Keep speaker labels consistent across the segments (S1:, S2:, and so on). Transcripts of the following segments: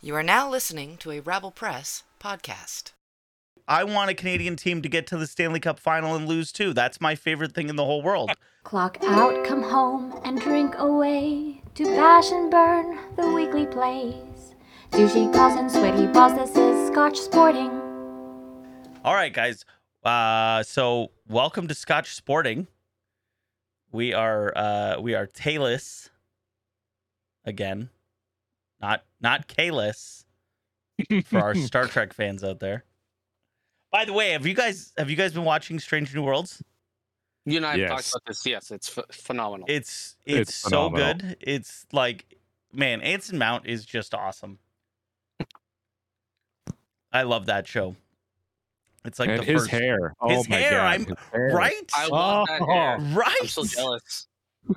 S1: You are now listening to a Rabble Press podcast.
S2: I want a Canadian team to get to the Stanley Cup final and lose too. That's my favorite thing in the whole world.
S3: Clock out, come home, and drink away to bash and burn the weekly plays. Douchey calls and sweaty balls, this is Scotch Sporting.
S2: All right, guys. Uh, so welcome to Scotch Sporting. We are uh, we are tailless again, not not Kayless for our Star Trek fans out there. By the way, have you guys have you guys been watching Strange New Worlds?
S4: You and I have
S5: Yes.
S4: talked about this. Yes, it's ph phenomenal.
S2: It's it's,
S5: It's
S2: so
S5: phenomenal.
S2: good. It's like man, Anson Mount is just awesome. I love that show. It's like
S5: and
S2: the
S5: his
S2: first
S5: hair. Oh
S2: His
S5: my
S2: hair,
S5: god.
S2: I'm-
S5: his hair.
S2: right?
S4: I love that hair.
S2: right.
S4: I'm so jealous.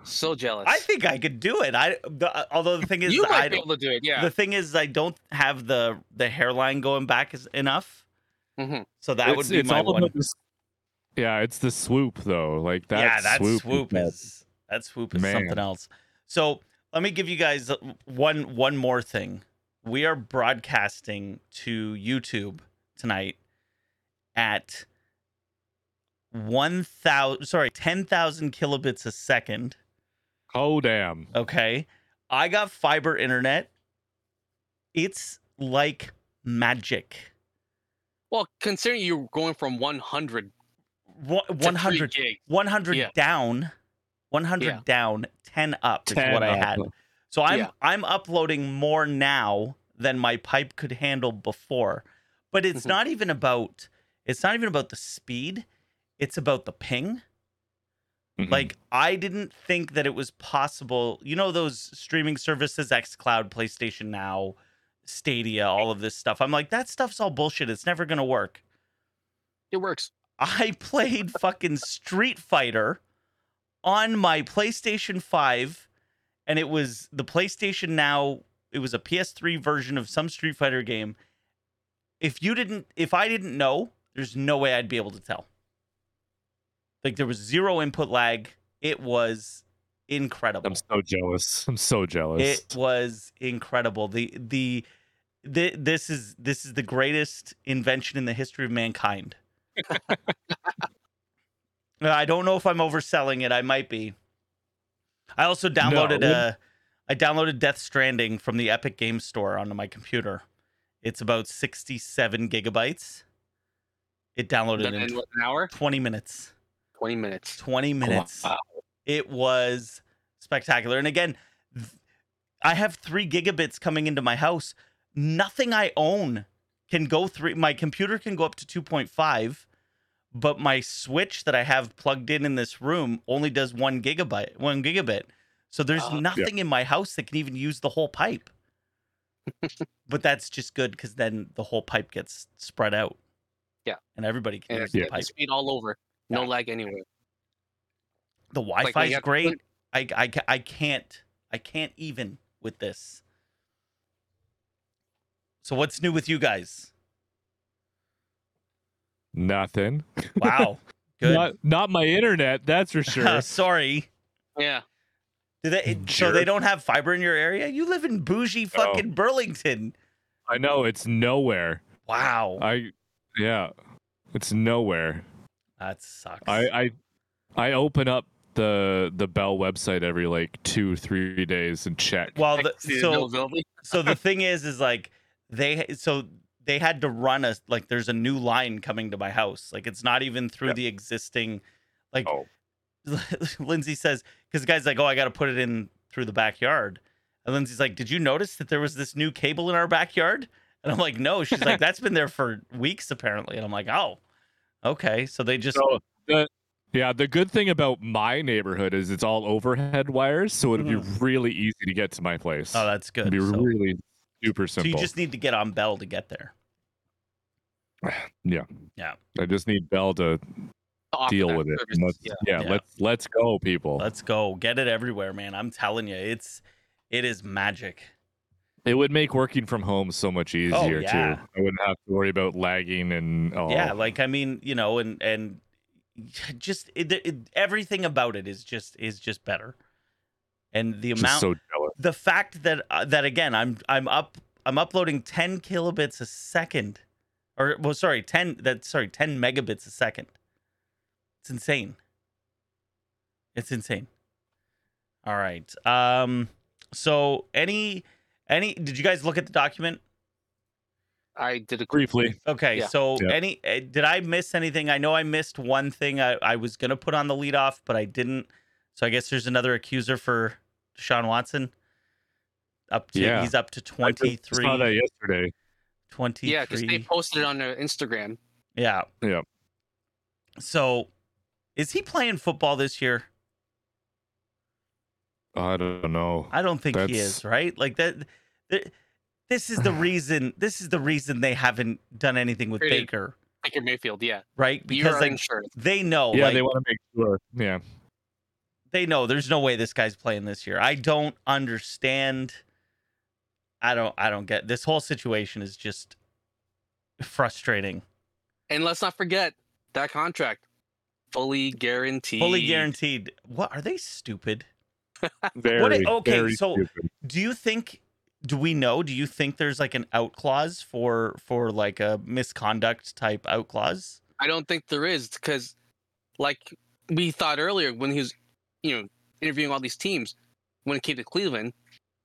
S4: So jealous.
S2: Oh. I think I could do it. I the, uh, although the thing is,
S4: you might
S2: I
S4: be
S2: don't,
S4: able to do it. Yeah.
S2: the thing is, I don't have the the hairline going back is enough.
S4: hmm
S2: So that would
S5: It's-
S2: be
S5: it's
S2: my
S5: all about
S2: one.
S5: this- yeah, it's the swoop though. Like that.
S2: yeah, that swoop,
S5: that-
S2: is that swoop is
S5: Man.
S2: something else. So let me give you guys one one more thing. We are broadcasting to YouTube tonight at one thousand sorry ten thousand kilobits a second.
S5: Oh damn.
S2: Okay. I got fiber internet. It's like magic.
S4: Well, considering you're going from 100
S2: Wha-
S4: to 100
S2: 100,
S4: gig.
S2: 100
S4: Yeah.
S2: down, 100
S4: Yeah.
S2: down, 10 up is
S5: 10
S2: what I
S5: up.
S2: had. So I'm
S4: Yeah.
S2: I'm uploading more now than my pipe could handle before. But it's
S4: Mhm.
S2: not even about it's not even about the speed. It's about the ping.
S5: Mhm.
S2: Like I didn't think that it was possible. You know those streaming services, XCloud, PlayStation Now, Stadia, all of this stuff. I'm like, that stuff's all bullshit. It's never gonna work.
S4: It works.
S2: I played fucking Street Fighter on my PlayStation 5, and it was the PlayStation Now, it was a PS3 version of some Street Fighter game. If you didn't, if I didn't know, there's no way I'd be able to tell. Like there was zero input lag. It was incredible.
S5: Mm-hmm. I'm so jealous. I'm so jealous.
S2: It was incredible. The, the the this is this is the greatest invention in the history of mankind. I don't know if I'm overselling it. I might be. I also downloaded
S5: No.
S2: a I downloaded Death Stranding from the Epic Game Store onto my computer. It's about 67 gigabytes. It downloaded
S4: Done
S2: in
S4: in what, an hour,
S2: 20 minutes.
S4: 20 minutes.
S2: 20 minutes.
S4: Wow.
S2: It was spectacular. And again, th- I have three gigabits coming into my house. Nothing I own can go three. My computer can go up to 2.5, but my switch that I have plugged in in this room only does one gigabyte, one gigabit. So there's
S4: Ah. Yeah.
S2: nothing in my house that can even use the whole pipe. but that's just good because then the whole pipe gets spread out.
S4: Yeah.
S2: And everybody can
S4: And
S2: use
S4: it's
S2: the
S4: yeah.
S2: pipe.
S4: speed all over. No
S2: Yeah.
S4: lag anywhere.
S2: The Wi-Fi
S4: Like, when
S2: is
S4: you have-
S2: great. I, I ca- I can't I can't even with this. So what's new with you guys?
S5: Nothing.
S2: Wow, good.
S5: Not, not my internet. That's for sure.
S2: Sorry.
S4: Yeah.
S2: Do they,
S4: Mm,
S2: it- so they
S5: Jerk.
S2: don't have fiber in your area? You live in
S4: Oh.
S2: bougie fucking Burlington.
S5: I know it's nowhere.
S2: Wow,
S5: I. Yeah. It's nowhere.
S2: that sucks.
S5: I I I open up the the Bell website every like two three days and check.
S2: well, the,
S4: Exceeded
S2: so
S4: availability.
S2: so the thing is is like they so they had to run a like there's a new line coming to my house like it's not even through the existing like
S5: Oh.
S2: lindsay says because the guy's like oh i gotta put it in through the backyard and lindsay's like did you notice that there was this new cable in our backyard and i'm like no she's like that's been there for weeks apparently and i'm like oh okay so they just
S5: So the yeah, the good thing about my neighborhood is it's all overhead wires, so it'd
S2: Mhm.
S5: be really easy to get to my place.
S2: oh that's good
S5: it'd be
S2: so,
S5: really super
S2: so you
S5: simple.
S2: just need to get on bell to get there
S5: I just need Bell to
S4: Offer
S5: deal
S4: that
S5: with it.
S4: service,
S5: Let's-
S4: Yeah.
S5: yeah.
S2: Yeah.
S5: let's let's go, people.
S2: let's go get it everywhere man i'm telling you it's it is magic
S5: it would make working from home so much easier
S2: Oh, yeah.
S5: too. I wouldn't have to worry about lagging and all.
S2: yeah like i mean you know and and just it, it, everything about it is just is just better and the
S5: just
S2: amount
S5: so jealous.
S2: the fact that uh, that again i'm i'm up I'm uploading 10 kilobits a second, or well, sorry, 10 that sorry, 10 megabits a second. It's insane. It's insane. All right. Um. So any any did you guys look at the document?
S4: I did a quick
S5: briefly.
S2: Okay,
S4: Yeah.
S2: so
S5: Yeah.
S2: any uh, did I miss anything? I know I missed one thing I, I was gonna put on the lead off, but I didn't. So I guess there's another accuser for Deshaun Watson. Up to
S5: Yeah.
S2: he's up to
S5: I just
S2: 23,
S5: saw that yesterday.
S2: 23.
S4: Yeah, because they posted it on their Instagram.
S2: yeah.
S5: Yeah.
S2: So is he playing football this year?
S5: I don't know.
S2: I don't think he is,
S5: That's-
S2: right? Like that, th- this is the reason this is the reason they haven't done anything with
S4: Created-
S2: Baker,
S4: Baker Mayfield, yeah.
S2: right?
S4: Because
S2: Because like
S4: insurance.
S2: they know
S5: yeah,
S2: like,
S5: they want to make sure. Yeah.
S2: they know there's no way this guy's playing this year. I don't understand. I don't I don't get this whole situation is just frustrating.
S4: And let's not forget that contract. Fully guaranteed.
S2: Fully guaranteed. What are they stupid?
S5: Very,
S2: okay,
S5: very
S2: so-
S5: stupid.
S2: Do you think do we know? Do you think there's like an out clause for for like a misconduct type out clause?
S4: I don't think there is because, like we thought earlier, when he was, you know, interviewing all these teams, when it came to Cleveland,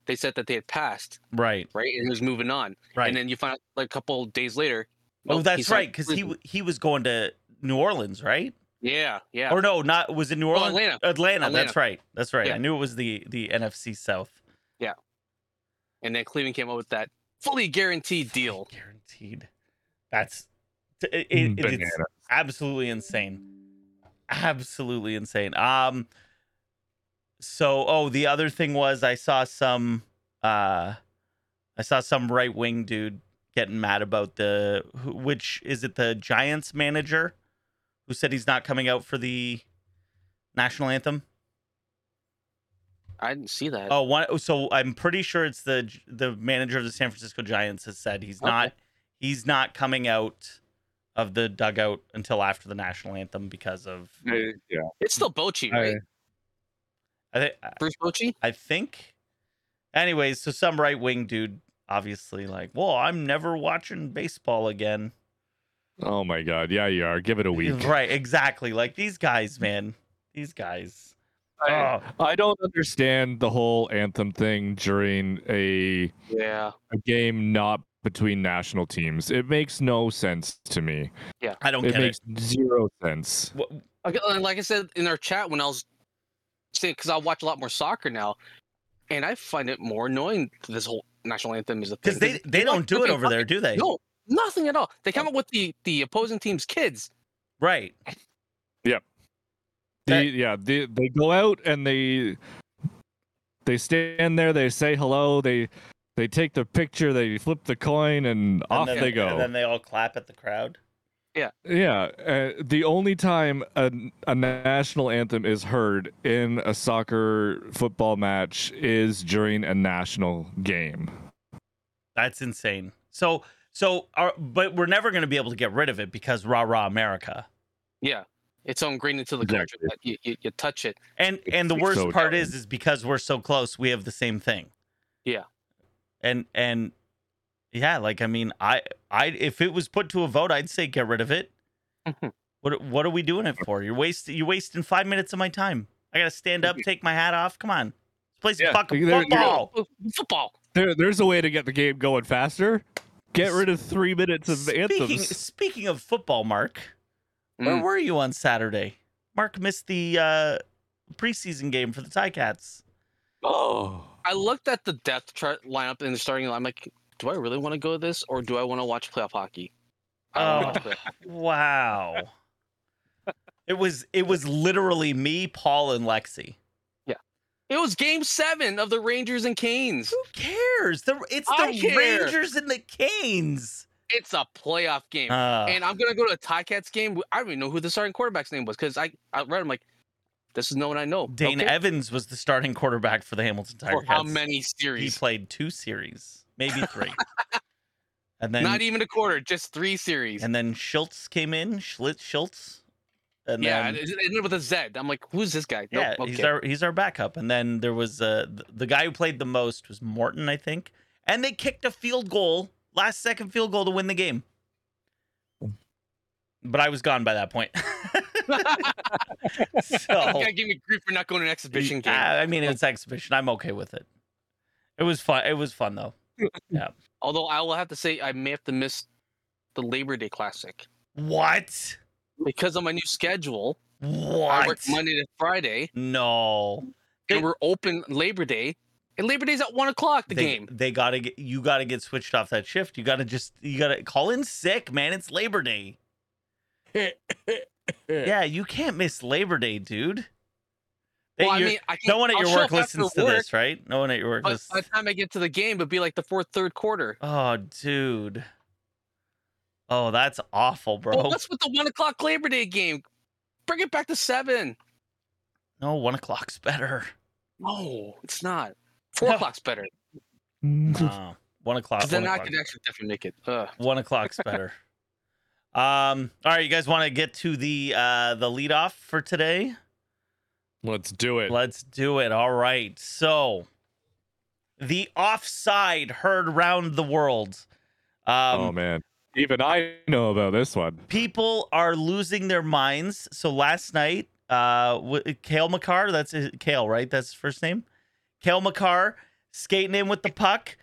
S4: they said that they had passed,
S2: Right.
S4: right, and he was moving on.
S2: Right.
S4: And then you find out like a couple of days later.
S2: oh,
S4: nope, he
S2: that's
S4: signed
S2: right cuz he
S4: Cleveland.
S2: w- he was going to New Orleans, right?
S4: Yeah, yeah. Oh,
S2: Or no, not was it New Orleans?
S4: Atlanta.
S2: Atlanta. That's
S4: Atlanta.
S2: right. That's right.
S4: Yeah.
S2: I knew it was the the NFC South.
S4: and then Cleveland came up with that fully guaranteed deal.
S2: Guaranteed. That's t- it, it-
S5: Banana.
S2: it's absolutely insane. Absolutely insane. Um so oh the other thing was I saw some uh I saw some right wing dude getting mad about the who- which is it the Giants manager who said he's not coming out for the national anthem?
S4: I didn't see that.
S2: Oh, one. So I'm pretty sure it's the the manager of the San Francisco Giants has said he's
S4: Okay.
S2: not he's not coming out of the dugout until after the national anthem because of
S5: Uh, yeah.
S4: It's still Bochy, right?
S2: I think
S4: Bruce Bochy.
S2: I think. Anyways, so some right wing dude obviously like, well, I'm never watching baseball again.
S5: Oh my god. Yeah, you are. Give it a week.
S2: Right, exactly. Like these guys, man. These guys.
S4: I-
S2: Oh,
S5: I don't understand the whole anthem thing during a
S4: Yeah.
S5: a game not between national teams. It makes no sense to me.
S2: I don't
S5: It
S2: get
S5: makes zero sense.
S2: it. Wha-
S4: Okay, and like I said in our chat when I was saying, because I watch a lot more soccer now, and I find it more annoying that this whole national anthem is a thing.
S2: Cuz they they don't do it over there, do they?
S4: No, nothing at all. They come up with the the opposing team's kids.
S2: Right.
S5: The,
S2: That-
S5: yeah, they, they go out and they they stand there. They say hello. They they take the picture. They flip the coin, and,
S2: And
S5: off
S2: then-
S5: they go.
S2: And then they all clap at the crowd.
S5: Yeah, uh, the only time a, a national anthem is heard in a soccer football match is during a national game.
S2: That's insane. So so our, but we're never going to be able to get rid of it because rah rah America.
S4: Yeah, it's so ingrained into the culture
S5: Exactly.
S4: that you, you, you touch it.
S2: And
S5: It's
S2: and the worst
S5: so
S2: part
S5: dumb.
S2: is is because we're so close, we have the same thing.
S4: Yeah.
S2: And and yeah, like I mean, I I if it was put to a vote, I'd say get rid of it.
S4: Mhm.
S2: What what are we doing it for? You're wasting you're wasting five minutes of my time. I gotta stand up, take my hat off. Come on, play some
S5: Yeah,
S2: fucking
S5: there- there-
S2: football.
S4: Oh, football.
S5: There, there's a way to get the game going faster. Get rid of three minutes of
S2: Speaking
S5: anthems.
S2: speaking of football, Mark, where
S4: Mm.
S2: were you on Saturday? Mark missed the uh, preseason game for the Ticats.
S5: Oh,
S4: I looked at the death chart lineup and the starting line. I'm like, do I really want to go this or do I want to watch playoff hockey? I don't wanna
S2: Oh.
S4: watch playoff hockey.
S2: Wow. it was it was literally me, Paul, and Lexi.
S4: It was game seven of the Rangers and Canes.
S2: Who cares? The, it's
S4: I
S2: the
S4: care.
S2: Rangers and the Canes.
S4: It's a playoff game.
S2: Uh,
S4: and I'm gonna go to a Ticats game. I don't even know who the starting quarterback's name was because I, I read. I'm like, this is no one I know.
S2: Dane
S4: Okay.
S2: Evans was the starting quarterback for the Hamilton Tiger
S4: For how
S2: Cats.
S4: many
S2: He
S4: series?
S2: played two series, maybe three. and then
S4: Not even a quarter, just three series.
S2: and then Schultz came in, Schlitz Schultz. And
S4: yeah,
S2: then,
S4: and it it ended with a Z. I'm like, who's this guy?
S2: Yeah,
S4: nope,
S2: he's
S4: okay.
S2: our he's our backup. And then there was uh th- the guy who played the most was Morton, I think. and they kicked a field goal, last second field goal to win the game. But I was gone by that point. so
S4: Gotta give me grief for not going to an exhibition game.
S2: I mean, it's exhibition. I'm okay with it. It was fun. It was fun though.
S4: Although I will have to say I may have to miss the Labor Day Classic
S2: What?
S4: because on my new schedule, I work
S2: What?
S4: Monday to Friday,
S2: No. They-
S4: and we're open Labor Day, and Labor Day's at one o'clock. The
S2: they,
S4: game.
S2: They gotta get you gotta get switched off that shift. You gotta just you gotta call in sick, man. It's Labor Day. yeah, you can't miss Labor Day, dude. Hey,
S4: Well, I
S2: you're-
S4: mean, I can
S2: no one at your work listens to
S4: work,
S2: this, right? No one at your work
S4: But by
S2: listens.
S4: the time I get to the game, it'd be like the fourth, third quarter.
S2: Oh, dude. Oh, that's awful, bro.
S4: Well, what's with Oh, the one o'clock Labor Day game? Bring it back to seven.
S2: no, one o'clock's better.
S4: No, it's not. Four o'clock's better.
S2: Nah, one o'clock.
S4: 'Cause then
S2: one
S4: I
S2: Uh, o'clock.
S4: could actually definitely make it. Ugh.
S2: One o'clock's better. um. All right, you guys want to get to the uh the lead off for today?
S5: Let's do it.
S2: Let's do it. All right. So, the offside heard round the world. Um,
S5: oh man, even I know about this one.
S2: people are losing their minds. So last night, uh, w- Kale McCarr, that's his, Kale, right? That's his first name. Kale McCarr skating in with the puck.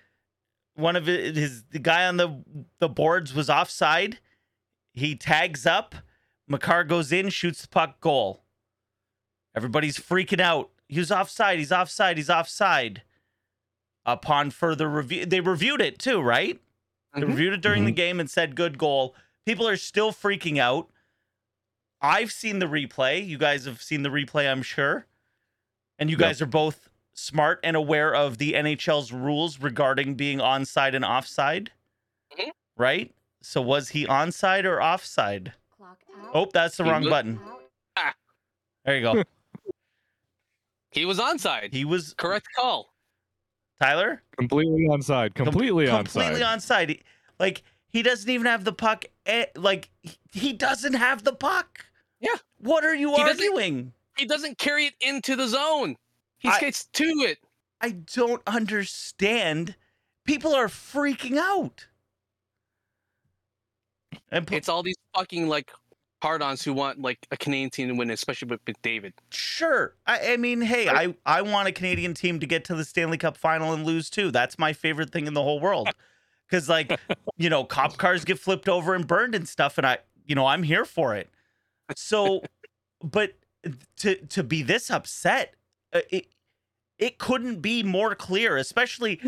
S2: One of his, his the guy on the the boards was offside. He tags up. McCarr goes in, shoots the puck, goal. Everybody's freaking out. He was offside. He's offside. He's offside. Upon further review, they reviewed it too, right? They
S4: Mhm.
S2: reviewed it during the game and said good goal. People are still freaking out. I've seen the replay. You guys have seen the replay, I'm sure. And you
S5: Yep.
S2: guys are both smart and aware of the NHL's rules regarding being onside and offside.
S4: Mhm.
S2: Right? So was he onside or offside?
S3: Clock out.
S2: Oh, that's the
S4: He
S2: wrong
S4: was-
S2: button.
S3: Out.
S2: There you go.
S4: He was onside.
S2: He was
S4: Correct call.
S2: Tyler?
S5: Completely onside.
S2: Com-
S5: Completely onside.
S2: Completely onside. He- Like he doesn't even have the puck. eh, Like he- he doesn't have the puck.
S4: Yeah.
S2: What are you
S4: He doesn't-
S2: arguing?
S4: He doesn't carry it into the zone. He
S2: I-
S4: skates to it.
S2: I don't understand. People are freaking out. And pl-
S4: It's all these fucking like hard-ons who want like a Canadian team to win, especially with McDavid.
S2: sure, I, I mean, hey, I, I want a Canadian team to get to the Stanley Cup final and lose too. That's my favorite thing in the whole world. Because, like, you know, cop cars get flipped over and burned and stuff, and I, you know, I'm here for it. So, but to to be this upset, uh, it it couldn't be more clear. Especially,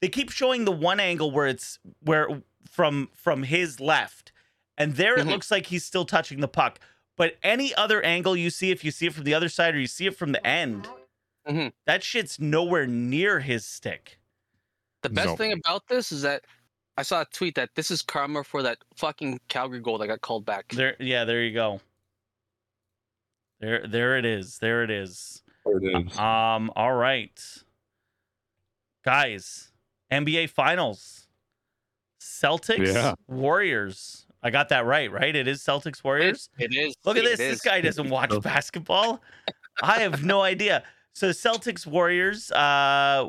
S2: they keep showing the one angle where it's where from from his left, and there
S4: Mhm.
S2: it looks like he's still touching the puck. But any other angle you see, if you see it from the other side or you see it from the
S3: Clock
S2: end,
S3: out.
S2: that shit's nowhere near his stick.
S4: The best
S5: No.
S4: thing about this is that I saw a tweet that this is karma for that fucking Calgary goal that got called back.
S2: There, yeah, there you go. There, there it is. There it is. Um, all right. Guys, NBA Finals. Celtics,
S5: Yeah.
S2: Warriors. I got that right, right? It is Celtics Warriors.
S4: It is.
S2: Look at
S4: It
S2: this. This
S4: is.
S2: guy doesn't watch
S5: Oh.
S2: basketball. I have no idea. So Celtics Warriors, uh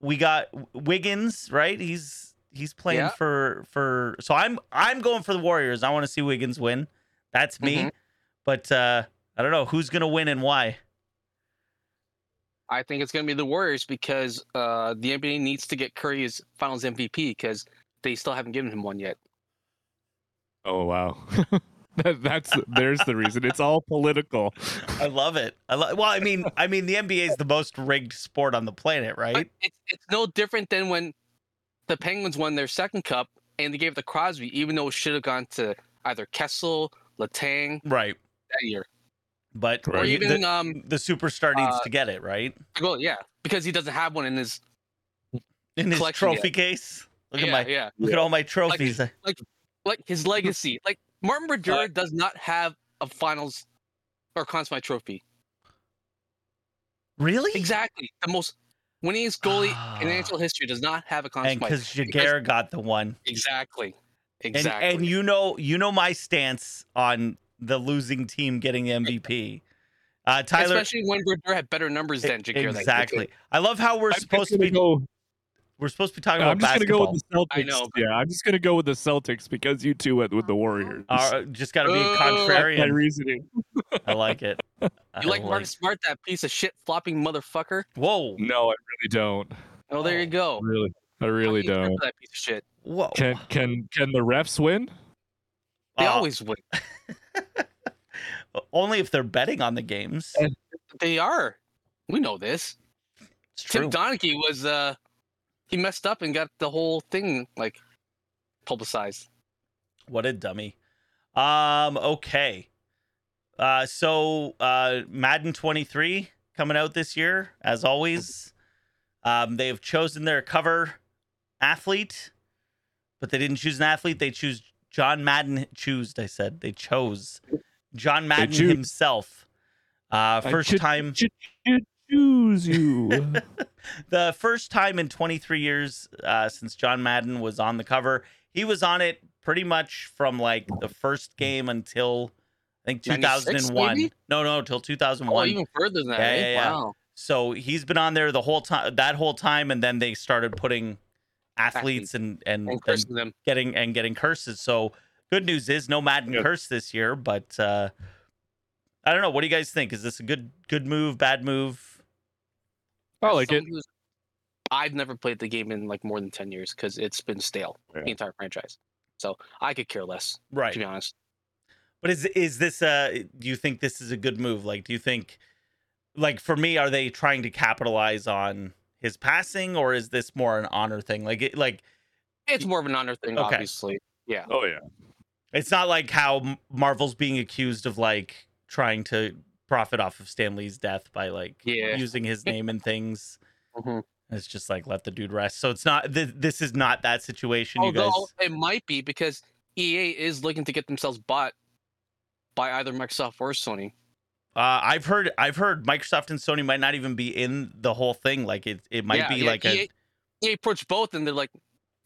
S2: we got Wiggins, right? He's he's playing
S4: Yeah.
S2: for for so I'm I'm going for the Warriors. I want to see Wiggins win. That's me.
S4: Mhm.
S2: But uh I don't know who's going to win and why.
S4: I think it's going to be the Warriors because uh, the NBA needs to get Curry his Finals MVP because they still haven't given him one yet.
S5: Oh wow. that, that's there's the reason. It's all political.
S2: I love it. I lo- well, I mean, I mean, the NBA is the most rigged sport on the planet,
S4: But
S2: right?
S4: it's, it's no different than when the Penguins won their second cup and they gave it to Crosby, even though it should have gone to either Kessel, Latang
S2: Right.
S4: that year,
S2: But
S5: Or
S4: or
S5: Right.
S2: you-
S4: even
S2: the,
S4: um,
S2: the superstar needs
S4: uh,
S2: to get it right
S4: well, yeah, because he doesn't have one in his
S2: in his
S4: collection
S2: trophy case. Look
S4: yeah,
S2: at my
S4: yeah,
S2: look at all my trophies.
S4: like his legacy. like Martin Brodeur does not have a Finals or Conn Smythe Trophy.
S2: really?
S4: Exactly, the most winningest goalie in
S2: Ah.
S4: NHL history does not have a Conn
S2: And
S4: Smythe.
S2: because Jaguar got the one,
S4: Exactly.
S2: and
S4: Exactly.
S2: and you know, you know my stance on the losing team getting the MVP. Uh, Tyler, E,
S4: especially when Brodeur had better numbers than Jaguar.
S2: exactly. I love how we're supposed to be.
S5: Go,
S2: We're supposed to be talking
S5: I'm
S2: about
S5: just gonna
S2: basketball.
S5: go with the Celtics.
S4: I know,
S5: yeah, I'm just gonna go with the Celtics because you two went with the Warriors.
S2: Uh, just got to be
S4: Oh,
S5: My
S2: contrarian.
S5: reasoning.
S2: I like it. I
S4: You like Marcus Smart, that piece of shit flopping motherfucker?
S2: Whoa,
S5: No, I really don't.
S4: Oh, there you go.
S5: Really, I really
S4: Fucking
S5: don't.
S4: remember That piece of shit.
S2: whoa.
S5: Can
S4: Oh.
S5: can can the refs win?
S4: They
S2: Uh,
S4: always win.
S2: only if they're betting on the games.
S5: Eh,
S4: They are. We know this.
S2: It's
S4: Tim
S2: true.
S4: Donaghy was uh he messed up and got the whole thing like publicized.
S2: What a dummy. Um, okay. Uh, so uh, Madden 23 coming out this year, as always. Um, they have chosen their cover athlete, but they didn't choose an athlete. They choose John Madden. Choose, I said. They chose John Madden
S5: choose.
S2: himself. Uh,
S5: I
S2: first
S5: should-
S2: time,
S5: should- should Choose you.
S2: the first time in 23 years uh, since John Madden was on the cover. He was on it pretty much from like the first game until I think
S4: 96,
S2: 2001.
S4: maybe?
S2: No, no, till
S4: Oh,
S2: 2001.
S4: even further than that.
S2: Yeah,
S4: eh?
S2: yeah, yeah.
S4: Wow.
S2: So he's been on there the whole time, that whole time, and then they started putting athletes and and,
S4: And
S2: and
S4: cursing them.
S2: getting and getting curses. So good news is no Madden
S5: Yeah.
S2: curse this year, but uh, I don't know. What do you guys think? Is this a good good move? Bad move?
S5: I
S2: Oh,
S4: As
S5: like it.
S4: someone who's- I've never played the game in like more than ten years because it's been stale,
S5: Yeah.
S4: the entire franchise. So I could care less,
S2: Right.
S4: to be honest.
S2: But is is this uh do you think this is a good move? Like do you think like for me are they trying to capitalize on his passing or is this more an honor thing? Like it, like
S4: It's more of an honor thing,
S2: Okay.
S4: obviously. Yeah.
S5: Oh yeah.
S2: it's not like how M- Marvel's being accused of like trying to profit off of Stan Lee's death by like
S4: Yeah.
S2: using his name and things.
S4: Mhm.
S2: It's just like let the dude rest. So it's not th- this is not that situation you guys.
S4: Although it might be because EA is looking to get themselves bought by either Microsoft or Sony.
S2: Uh, I've heard I've heard Microsoft and Sony might not even be in the whole thing. Like it it might
S4: Yeah, E
S2: be
S4: yeah,
S2: like a
S4: EA, EA approached both and they're like,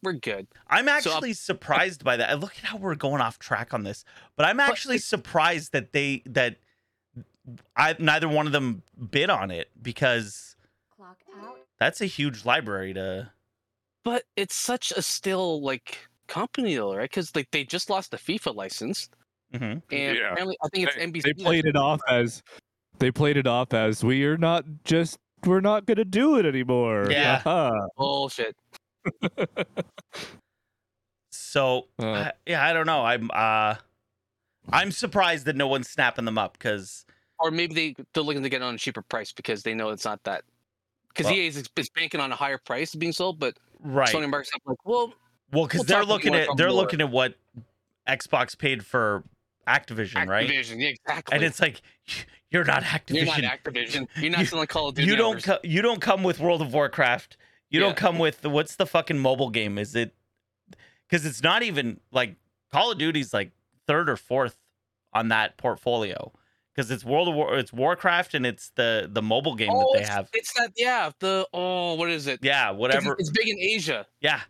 S4: we're good.
S2: I'm
S4: So up-
S2: actually surprised by that. I Look at how we're going off track on this, but I'm actually surprised that they that I neither one of them bid on it because
S3: Clock out.
S2: that's a huge library to.
S4: But it's such a still like company though, right? Because like they just lost the FIFA license,
S2: Mhm.
S4: and
S5: Yeah.
S4: apparently I think it's
S5: They,
S4: NBC.
S5: they played it off as they played it off as we are not just we're not gonna do it anymore.
S2: Yeah.
S5: Uh-huh.
S4: bullshit.
S2: So
S5: Uh.
S2: I- yeah, I don't know. I'm uh, I'm surprised that no one's snapping them up because
S4: Or maybe they they're looking to get it on a cheaper price because they know it's not that. Because
S2: Well-
S4: EA is, is banking on a higher price being sold, but
S2: right.
S4: Sony and Microsoft like, well,
S2: well, because
S4: we'll
S2: they're
S4: talk about
S2: looking
S4: more
S2: at
S4: from
S2: they're
S4: more.
S2: looking at what Xbox paid for Activision, right?
S4: Activision, yeah, exactly.
S2: And it's like you're not Activision.
S4: You're not Activision. You're not
S2: You-
S4: selling Call of Duty.
S2: you don't
S4: numbers.
S2: co- you don't come with World of Warcraft. You
S4: Yeah.
S2: don't come with the, what's the fucking mobile game? Is it because it's not even like Call of Duty's like third or fourth on that portfolio because it's World of War, it's Warcraft, and it's the the mobile game
S4: oh,
S2: that they
S4: it's,
S2: have.
S4: It's that yeah. The oh, what is it? 'Cause
S2: Yeah, whatever.
S4: It's big in Asia.
S2: yeah,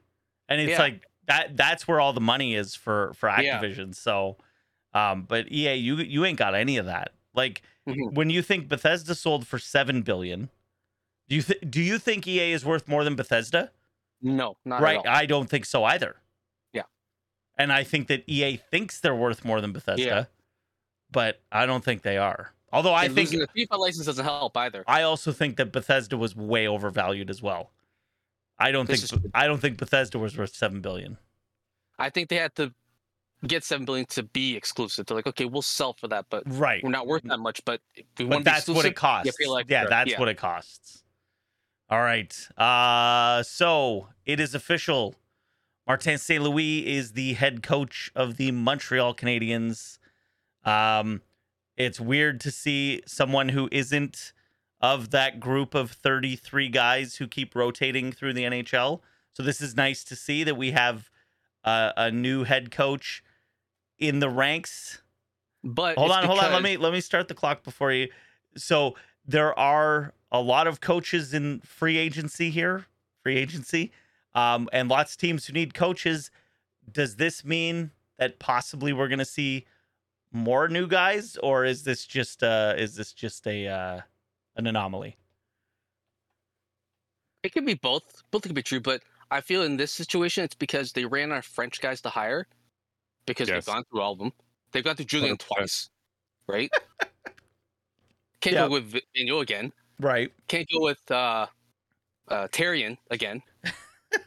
S2: and it's
S4: Yeah.
S2: like that. That's where all the money is for for
S4: Yeah.
S2: Activision. So, um, but EA, you you ain't got any of that. Like
S4: Mhm.
S2: when you think Bethesda sold for seven billion, do you th- do you think EA is worth more than Bethesda?
S4: No, not
S2: right
S4: At all.
S2: i don't think so either
S4: Yeah.
S2: and i think that ea thinks they're worth more than bethesda
S4: Yeah.
S2: but i don't think they are although i
S4: And
S2: think
S4: losing the FIFA license doesn't help either.
S2: i also think that bethesda was way overvalued as well i don't
S4: This
S2: think
S4: is-
S2: i don't think bethesda was worth 7 billion
S4: I think they had to get seven billion to be exclusive. They're like, okay, we'll sell for that, but
S2: right
S4: we're not worth that much. But if we
S2: but
S4: want to
S2: that's
S4: be
S2: what it
S4: exclusive,
S2: costs
S4: feel like
S2: yeah
S4: we're-
S2: that's
S4: yeah.
S2: what it costs all right uh so it is official martin st louis is the head coach of the montreal canadiens um it's weird to see someone who isn't of that group of 33 guys who keep rotating through the nhl so this is nice to see that we have uh, a new head coach in the ranks
S4: but
S2: hold
S4: it's
S2: on, hold on. Let
S4: because-
S2: me let me start the clock before you. So there are a lot of coaches in free agency here, free agency, um, and lots of teams who need coaches. Does this mean that possibly we're going to see more new guys, or is this just uh, is this just a uh, an anomaly?
S4: It could be both. Both could be true, but I feel in this situation, it's because they ran out of French guys to hire because
S5: Yes.
S4: they've gone through all of them. They've gone through Julian
S5: 100%.
S4: twice, right? Can't
S2: Yeah.
S4: go with Vigneault again.
S2: Right.
S4: Can't go with uh, uh, Terrian again.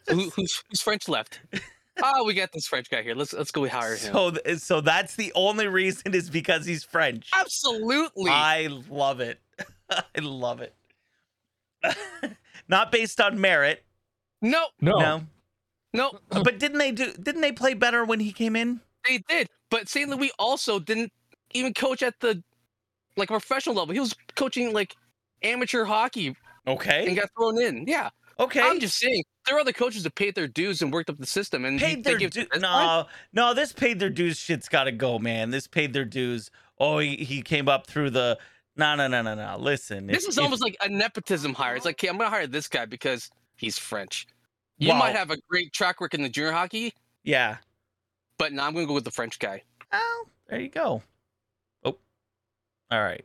S4: Who, who's, who's French left? Oh, we got this French guy here. Let's let's go hire him.
S2: So th- so that's the only reason is because he's French.
S4: Absolutely.
S2: I love it. I love it. Not based on merit.
S4: no,
S5: No,
S2: No.
S4: no,
S2: But didn't they do didn't they play better when he came in?
S4: they did. But St. Louis also didn't even coach at the like professional level. He was coaching like amateur hockey and
S2: Okay.
S4: got thrown in. Yeah.
S2: Okay.
S4: I'm just saying there are other coaches that paid their dues and worked up the system and
S2: paid their dues. No, no, this paid their dues shit's got to go, man. This paid their dues. Oh, he, he came up through the. No, no, no, no, no. Listen,
S4: This
S2: if-
S4: is
S2: if-
S4: almost like a nepotism hire. It's like, okay, I'm gonna hire this guy because he's French. You
S2: Wow.
S4: might have a great track record in the junior hockey,
S2: yeah.
S4: but no, I'm gonna go with the French guy.
S2: Oh, there you go. Oh, all right.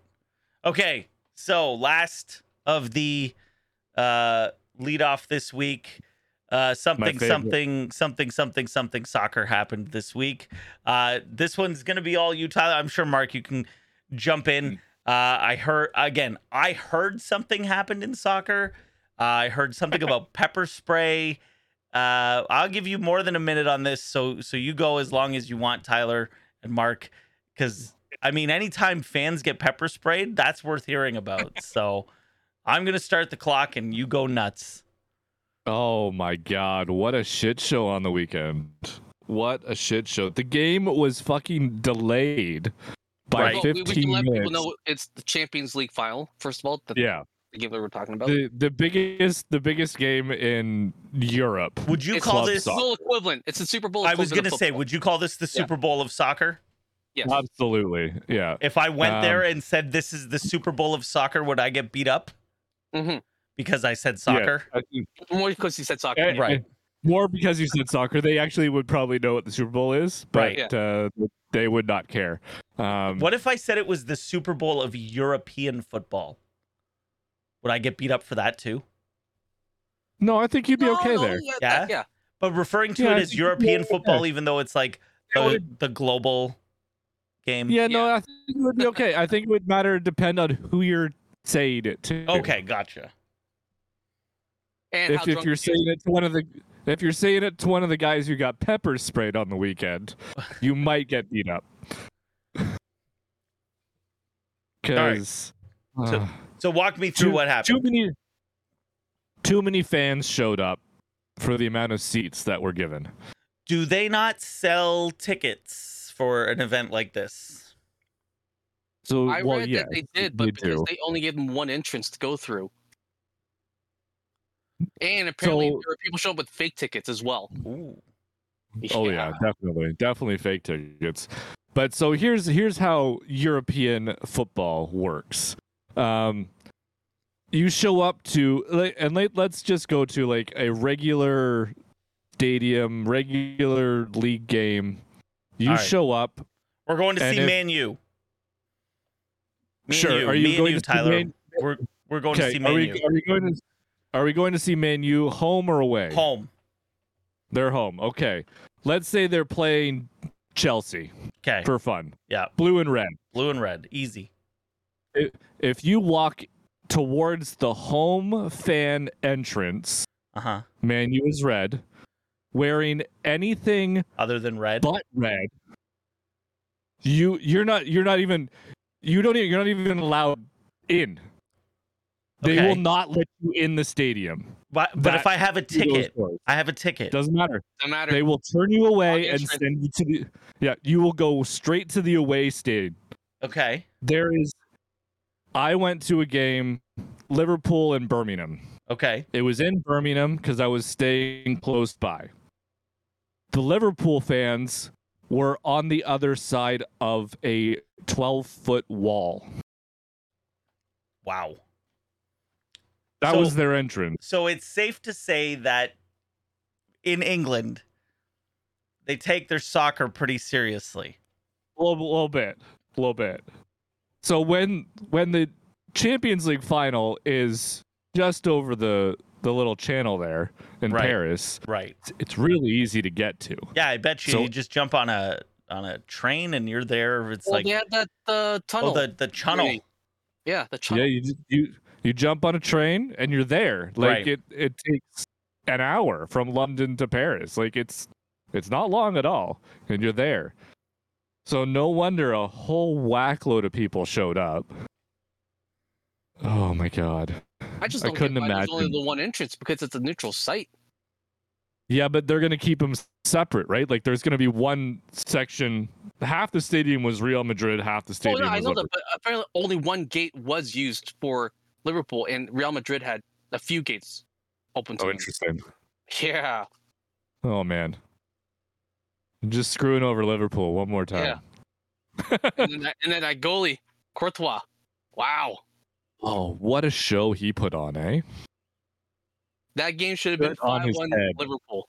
S2: Okay, so last of the uh lead off this week. Uh, something,
S5: favorite.
S2: something, something, something, something. Soccer happened this week. Uh, this one's gonna be all you, Tyler. I'm sure, Mark, you can jump in. Uh, I heard again. I heard something happened in soccer. Uh, I heard something about pepper spray. Uh, I'll give you more than a minute on this, so so you go as long as you want, Tyler and Mark, because I mean, anytime fans get pepper sprayed, that's worth hearing about. So I'm gonna start the clock, and you go nuts.
S5: Oh my god, what a shit show on the weekend. What a shit show. The game was fucking delayed by
S2: Right.
S4: Well,
S5: 15
S4: we, we should let
S5: minutes.
S4: people know it's the Champions League final. First of all, the,
S5: yeah.
S4: the game that we're talking about.
S5: The the biggest the biggest game in Europe.
S2: Would you
S4: It's
S2: call
S5: club
S2: this?
S5: soccer.
S4: Bowl equivalent. It's the Super Bowl.
S2: I was
S4: equivalent
S2: gonna
S4: of
S2: say,
S4: football.
S2: would you call this the
S4: Yeah.
S2: Super Bowl of soccer?
S4: Yes.
S5: Absolutely. Yeah.
S2: If I went
S5: Um,
S2: there and said this is the Super Bowl of soccer, would I get beat up
S4: Mhm.
S2: because I said
S5: Yeah,
S2: soccer?
S5: I think-
S4: More because he said soccer.
S5: eh,
S2: Right.
S5: eh, More because you said soccer. They actually would probably know what the Super Bowl is, but
S2: Right.
S5: uh, they would not care. Um,
S2: What if I said it was the Super Bowl of European football? Would I get beat up for that too?
S5: No, I think you'd be
S4: No,
S5: okay
S4: no,
S5: there.
S4: Oh, Yeah.
S2: Yeah?
S4: that- yeah.
S2: But referring to
S5: Yeah,
S2: it
S5: I
S2: as
S5: think-
S2: European
S5: yeah.
S2: football, even though it's like
S5: Yeah,
S2: the, the global game.
S5: Yeah, no, I think it would be okay. I think it would matter depend on who you're saying it to.
S2: Okay, gotcha.
S4: And how
S5: If, if
S4: drunk
S5: you're
S4: he is.
S5: saying it to one of the if you're saying it to one of the guys who got pepper sprayed on the weekend, you might get beat up. Because uh,
S2: So, So walk me through what
S5: too
S2: happened.
S5: many too many fans showed up for the amount of seats that were given.
S2: Do they not sell tickets for an event like this?
S5: So
S4: I
S5: well,
S4: read
S5: yeah,
S4: that they did, but because
S5: do.
S4: they only gave them one entrance to go through. And apparently
S5: So-
S4: there were people showing up with fake tickets as well.
S2: Ooh.
S5: Oh yeah, definitely, definitely fake tickets. But so here's here's how European football works. Um, you show up to like, and let, let's just go to like a regular stadium, regular league game. You
S2: All right.
S5: show up.
S2: We're going to
S5: And
S2: see
S5: if-
S2: Man U. Me
S5: sure,
S2: and you.
S5: are you
S2: me and
S5: going
S2: you,
S5: to see
S2: Tyler.
S5: Man-
S2: We're we're going to
S5: okay,
S2: see Man
S5: are we
S2: U.
S5: are we going to are we going to see Man U home or away?
S2: Home.
S5: They're home. Okay, let's say they're playing Chelsea
S2: Okay.
S5: for fun.
S2: Yeah.
S5: blue and red.
S2: Blue and red. Easy.
S5: if you walk towards the home fan entrance,
S2: Uh-huh.
S5: man, you is red, wearing anything
S2: Other than red.
S5: but red. You you're not you're not even you don't even you're not even allowed in. They
S2: Okay.
S5: will not let you in the stadium.
S2: But, but if
S5: That-
S2: I have a
S5: through those
S2: ticket,
S5: doors.
S2: I have a ticket.
S5: doesn't matter.
S4: No matter
S5: They will turn you away
S4: the
S5: and
S4: entrance.
S5: send you to the yeah. You will go straight to the away stage.
S2: Okay.
S5: There is. I went to a game, Liverpool and Birmingham.
S2: Okay.
S5: It was in Birmingham because I was staying close by. The Liverpool fans were on the other side of a 12 foot wall.
S2: Wow.
S5: That
S2: So-
S5: was their entrance.
S2: So it's safe to say that in England, they take their soccer pretty seriously.
S5: A little, little bit. A little bit. So when when the Champions League final is just over the the little channel there in
S2: Right.
S5: Paris,
S2: Right.
S5: it's, it's really easy to get to.
S2: Yeah, I bet you,
S5: So-
S2: you just jump on a on a train and you're there. It's
S4: Well,
S2: like
S4: they had that uh, tunnel.
S2: oh the the tunnel.
S4: Really? yeah, the
S5: Yeah,
S4: tunnel.
S5: you j- you you jump on a train and you're there. Like
S2: Right.
S5: it it takes an hour from London to Paris. Like it's it's not long at all, and you're there. So no wonder a whole whackload of people showed up. Oh my god.
S4: I just
S5: I
S4: don't
S5: couldn't
S4: get why There's
S5: imagine.
S4: only the one entrance because it's a neutral site.
S5: Yeah, but they're gonna keep them separate, right? Like there's gonna be one section. Half the stadium was Real Madrid, half the
S4: Oh
S5: stadium
S4: no, I
S5: was
S4: know that, but apparently only one gate was used for Liverpool, and Real Madrid had a few gates open to
S5: Liverpool. Oh,
S4: them.
S5: interesting.
S4: Yeah,
S5: Oh man. Just screwing over Liverpool one more time.
S4: Yeah. and then that, and then that goalie Courtois. Wow,
S5: Oh, what a show he put on, eh?
S4: that game should have been
S5: Put on
S4: five
S5: his
S4: one
S5: head.
S4: Liverpool.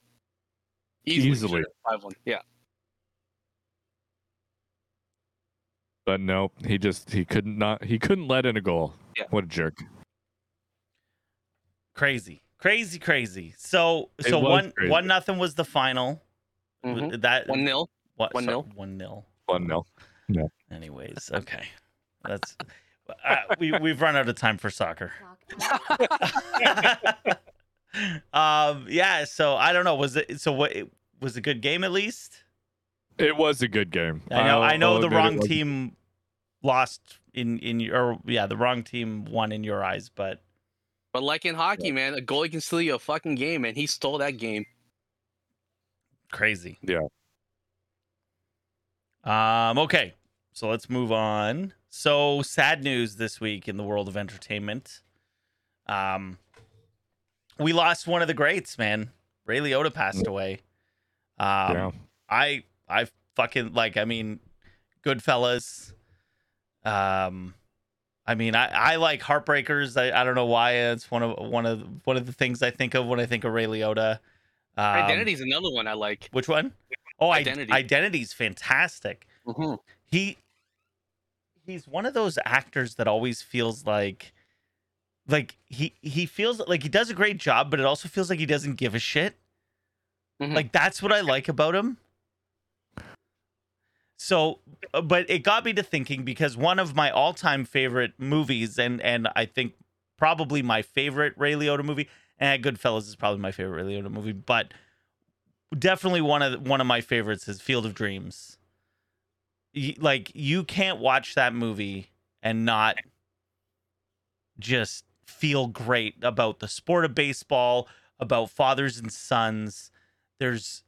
S5: Easily.
S4: five one. Yeah,
S5: But no, he just he couldn't not he couldn't let in a goal.
S4: Yeah.
S5: What a jerk.
S2: Crazy. Crazy, crazy. So
S5: It
S2: so
S5: was
S2: one
S5: crazy.
S2: one nothing was the final.
S4: Mhm.
S2: That
S4: one 0
S2: what,
S4: one
S2: sorry,
S4: nil.
S2: one nil.
S5: One nil.
S2: Anyways, okay. That's uh, we we've run out of time for soccer. um yeah, so I don't know. Was it so what it was a good game at least?
S5: It was a good game.
S2: I know. I
S5: I'll-
S2: know
S5: I'll
S2: the
S5: admit it
S2: wrong
S5: was-
S2: team lost in in your or, yeah the wrong team won in your eyes, but
S4: But like in hockey, man, a goalie can steal you a fucking game, and he stole that game.
S2: crazy.
S5: Yeah.
S2: Um. Okay. So let's move on. So sad news this week in the world of entertainment. Um. We lost one of the greats, man. Ray Liotta passed away. Um,
S5: Mm. yeah.
S2: I I fucking like I mean Goodfellas. Um I mean I, I like Heartbreakers. I, I don't know why it's one of one of one of the things I think of when I think of Ray Liotta. Um,
S4: Identity's another one I like.
S2: Which one? Oh, I-
S4: Identity.
S2: Identity's fantastic.
S4: Mhm.
S2: He he's one of those actors that always feels like like he he feels like he does a great job, but it also feels like he doesn't give a shit.
S4: Mhm.
S2: Like that's what I like about him. So, uh, but it got me to thinking because one of my all-time favorite movies, and and I think probably my favorite Ray Liotta movie, and Goodfellas is probably my favorite Ray Liotta movie, but definitely one of one of my favorites is Field of Dreams. Y- Like you can't watch that movie and not just feel great about the sport of baseball, about fathers and sons. There's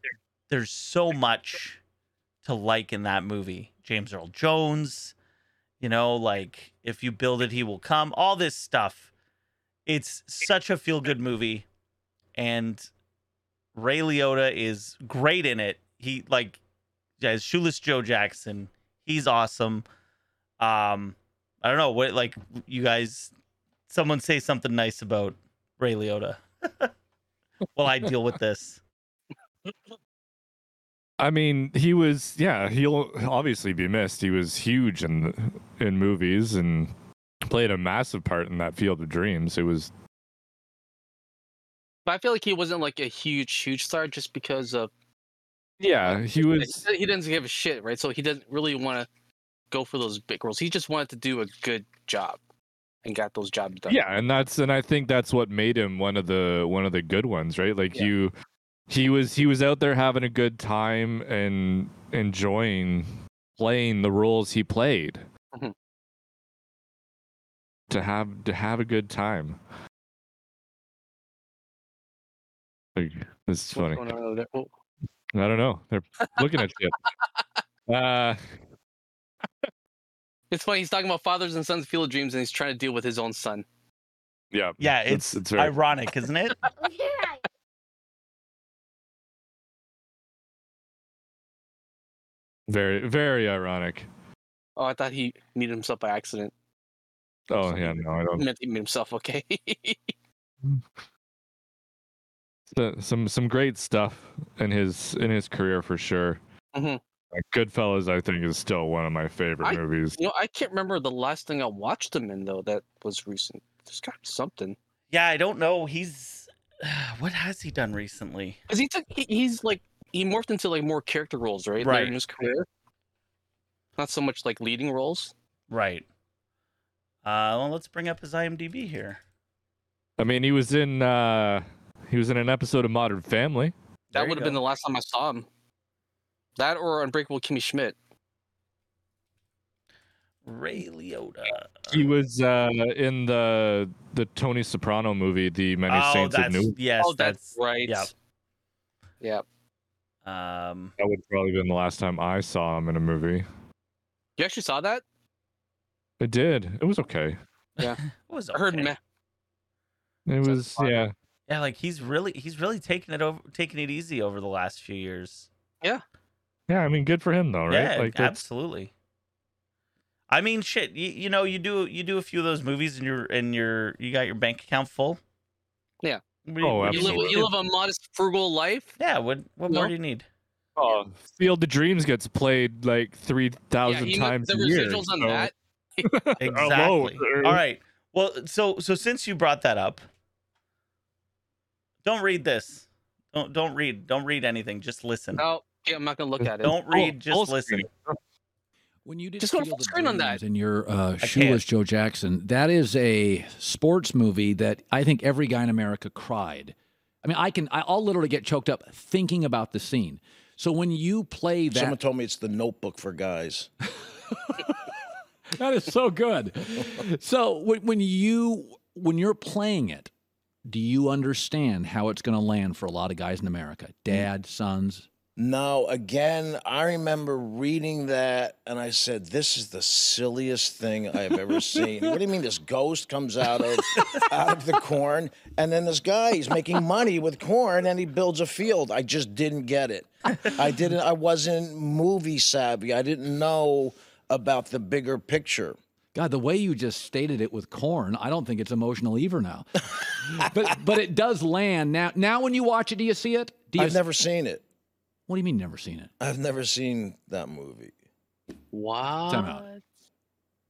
S2: there's so much to like in that movie. James Earl Jones, you know, like if you build it, he will come. All this stuff. It's such a feel good movie, and Ray Liotta is great in it. He like as Shoeless Joe Jackson. He's awesome. Um, I don't know what like you guys. Someone say something nice about Ray Liotta. While I deal with this.
S5: I mean, he was yeah, he'll obviously be missed. He was huge in in movies and played a massive part in that field of dreams. It was
S4: But I feel like he wasn't like a huge, huge star just because of
S5: yeah, he
S4: like,
S5: was
S4: he doesn't give a shit, right? So he doesn't really want to go for those big roles. He just wanted to do a good job and got those jobs done.
S5: Yeah, and that's and I think that's what made him one of the one of the good ones, right? Like
S4: Yeah.
S5: you he was he was out there having a good time and enjoying playing the roles he played.
S4: Mhm.
S5: To have to have a good time. Like, this is
S4: What's
S5: funny.
S4: going on over there? Oh,
S5: I don't know. They're looking at you. Uh
S4: It's funny. He's talking about fathers and sons, field of dreams, and he's trying to deal with his own son.
S5: yeah.
S2: Yeah, it's
S5: it's
S2: it's,
S5: very
S2: ironic, isn't it?
S5: very very ironic.
S4: Oh, I thought he muted himself by accident.
S5: Oh yeah, no, I don't
S4: He meant he muted himself. Okay.
S5: So- some some great stuff in his in his career for sure.
S4: Mhm.
S5: Uh, Goodfellas, I think, is still one of my favorite
S4: I-
S5: movies.
S4: you know, I can't remember the last thing I watched him in though. That was recent. There's got to be something.
S2: Yeah, I don't know. He's what has he done recently?
S4: Because he took, he, he's like he morphed into like more character roles, right? Later
S2: Right.
S4: in his career, not so much like leading roles.
S2: Right. Uh, well, let's bring up his IMDb here.
S5: I mean, he was in uh he was in an episode of Modern Family.
S2: There
S4: That
S2: you
S4: would have
S2: go.
S4: been the last time I saw him. That or Unbreakable Kimmy Schmidt.
S2: Ray Liotta.
S5: He was uh in the the Tony Soprano movie, The Many
S2: oh,
S5: Saints of
S2: that's
S5: New.
S2: yes,
S4: oh,
S2: that's
S4: that's, right.
S2: yep.
S4: Yeah.
S2: um.
S5: That would probably been the last time I saw him in a movie.
S4: You actually saw that?
S5: It did. It was okay.
S2: What was
S4: I heard.
S2: okay.
S4: Me-
S5: It
S4: Sounds
S5: was
S4: fun.
S5: yeah.
S2: Yeah, like he's really he's really taking it over taking it easy over the last few years.
S5: Yeah, I mean, good for him though, right?
S2: Yeah,
S5: like that's
S2: absolutely. I mean, shit. You, you know, you do you do a few of those movies, and you're and you're you got your bank account full.
S4: Yeah.
S2: What do you-
S5: Oh,
S2: what do
S4: you
S2: you need
S4: live,
S5: Absolutely.
S2: to do?
S4: you live a modest, frugal life.
S2: Yeah. What what more
S4: No.
S2: do you need?
S4: Oh,
S5: Field of Dreams gets played like three thousand
S4: he
S5: times
S4: the
S5: a year.
S4: residuals on
S5: so-
S4: that.
S5: Hello,
S2: Exactly.
S5: sir.
S2: All right. Well, so so since you brought that up, don't read this. Don't don't read don't read anything. Just listen.
S4: Oh, yeah, I'm not gonna look at it.
S2: Don't read.
S5: Full-
S2: just
S5: full
S2: listen.
S5: Oh, screen.
S6: When you did
S4: Just go
S6: Field
S4: full
S6: of
S4: screen on that.
S6: Dreams and your uh, shoeless Joe Jackson, that is a sports movie that I think every guy in America cried. I mean, I can, I, I'll literally get choked up thinking about the scene. So when you play that,
S7: Someone told me it's the notebook for guys.
S6: that is so good. so when, when you when you're playing it, do you understand how it's going to land for a lot of guys in America? Dad, sons.
S7: Now, again, I remember reading that and I said, This is the silliest thing I've ever seen. what do you mean this ghost comes out of out of the corn? And then this guy, he's making money with corn and he builds a field. I just didn't get it. I didn't I wasn't movie savvy. I didn't know about the bigger picture.
S6: God, the way you just stated it with corn, I don't think it's emotional either now. but but it does land now. Now when you watch it, do you see it? Do you
S7: I've never seen it.
S6: What do you mean never seen it?
S7: I've never seen that movie.
S4: Wow.
S6: Time out.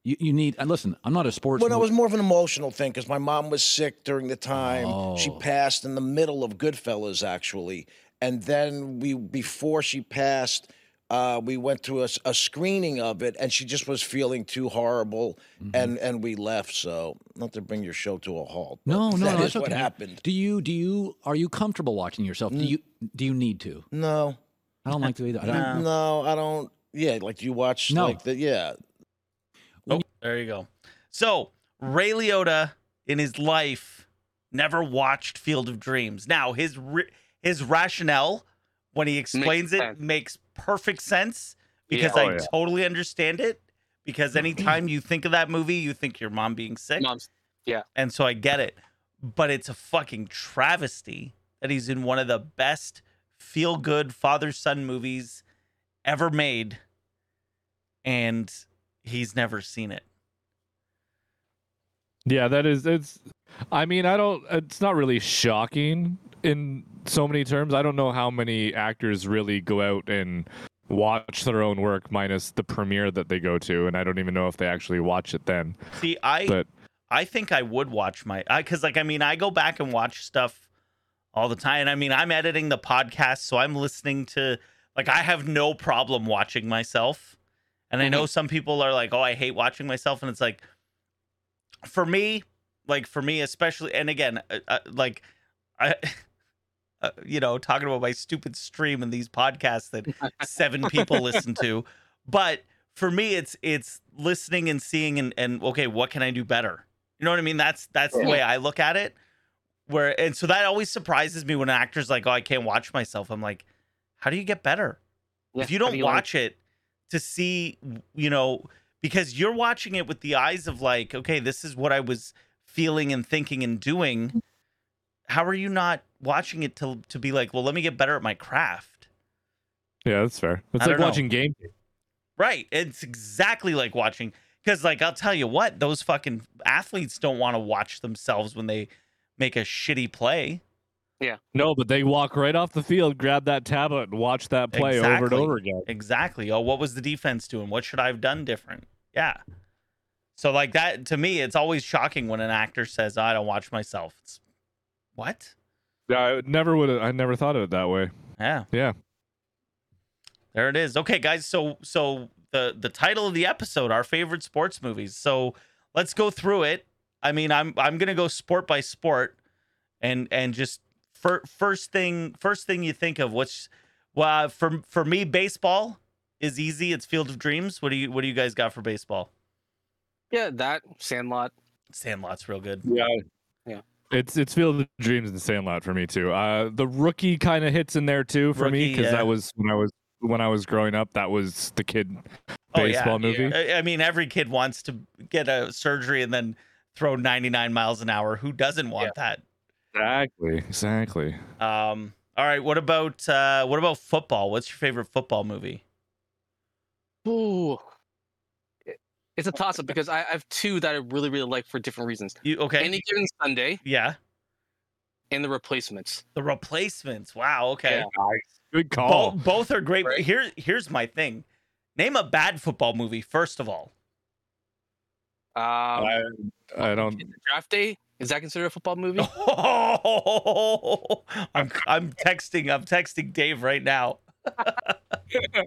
S6: You, you need and listen. I'm not a sports.
S7: Well, no, it
S6: mo-
S7: was more of an emotional thing because my mom was sick during the time. She
S6: Oh.
S7: passed in the middle of Goodfellas, actually. And then we, before she passed, uh, we went to a, s- a screening of it, and she just was feeling too horrible,
S6: Mm-hmm.
S7: and and we left. So not to bring your show to a halt. but
S6: no, no, no,
S7: that
S6: that's
S7: is what
S6: okay.
S7: happened.
S6: Do you do you are you comfortable watching yourself?
S7: Mm.
S6: Do you do you need to?
S7: No,
S6: I don't like to either. I don't,
S2: No.
S7: no, I don't. Yeah, like you watch
S6: No.
S7: like the yeah.
S2: Oh, there you go. So Ray Liotta in his life never watched Field of Dreams. Now his ri his rationale when he explains it
S4: sense.
S2: makes perfect sense because
S5: Yeah.
S2: I
S5: Oh, yeah.
S2: totally understand it. Because anytime you think of that movie, you think your mom being sick,
S4: Mom's
S2: and so I get it. But it's a fucking travesty that he's in one of the best feel good father son movies ever made, and he's never seen it.
S5: Yeah, that is. It's. I mean, I don't. It's not really shocking in so many terms. I don't know how many actors really go out and watch their own work, minus the premiere that they go to, and I don't even know if they actually watch it then.
S2: See, I
S5: But
S2: I think I would watch my I cuz like I mean I go back and watch stuff all the time. I mean, I'm editing the podcast, so I'm listening to like I have no problem watching myself. And I know some people are like, "Oh, I hate watching myself." And it's like for me, like for me especially and again, uh, uh, like I uh, you know, talking about my stupid stream and these podcasts that seven people listen to, but for me it's it's listening and seeing and and okay what can i do better you know what i mean that's that's the way i look at it where and so that always surprises me when an actor's like oh i can't watch myself i'm like how do you get better if you don't watch it to see you know because you're watching it with the eyes of like okay this is what i was feeling and thinking and doing how are you not watching it to to be like well let me get better at my craft
S5: yeah, that's fair. It's
S2: I
S5: like
S2: don't know.
S5: watching game.
S2: Right. It's exactly like watching because like I'll tell you what, those fucking athletes don't want to watch themselves when they make a shitty play.
S5: No, but they walk right off the field, grab that tablet, and watch that play over and
S2: Exactly.
S5: over again.
S2: Exactly. Oh, what was the defense doing? What should I have done different? Yeah. So like "Oh, that to me, it's always shocking when an actor says, I don't watch myself. It's what?
S5: Yeah, I never would have. I never thought of it that way.
S2: Yeah.
S5: Yeah.
S2: There it is. Okay, guys. So so the the title of the episode, our favorite sports movies. So let's go through it. I mean, I'm I'm gonna go sport by sport, and and just fir- first thing first thing you think of. What's well uh, for for me, baseball is easy. It's Field of Dreams. What do you what do you guys got for baseball?
S4: Yeah, that Sandlot.
S2: Sandlot's real good.
S5: Yeah.
S4: Yeah.
S5: It's it's Field of Dreams and Sandlot for me too. Uh, the rookie kind of hits in there too for me
S2: Rookie,
S5: because
S2: yeah.
S5: that was when I was when I was growing up. That was the kid
S2: Oh, yeah,
S5: baseball movie.
S2: I, I mean, every kid wants to get a surgery and then throw 99 miles an hour. Who doesn't want
S5: Exactly. Exactly.
S2: that? Um. All right. What about uh, what about football? What's your favorite football movie?
S4: Ooh. It- It's a toss up because I, I have two that I really, really like for different reasons.
S2: You okay?
S4: Any given Sunday
S2: yeah.
S4: and the replacements.
S2: The replacements. Wow. Okay.
S4: Yeah.
S5: Good
S2: Bo-
S5: call.
S2: Both are Oh, great. but Here here's my thing. Name a bad football movie first of all.
S4: Um,
S5: I, I don't.
S4: draft day is that considered a football movie?
S2: Oh. I'm I'm texting I'm texting Dave right now. uh,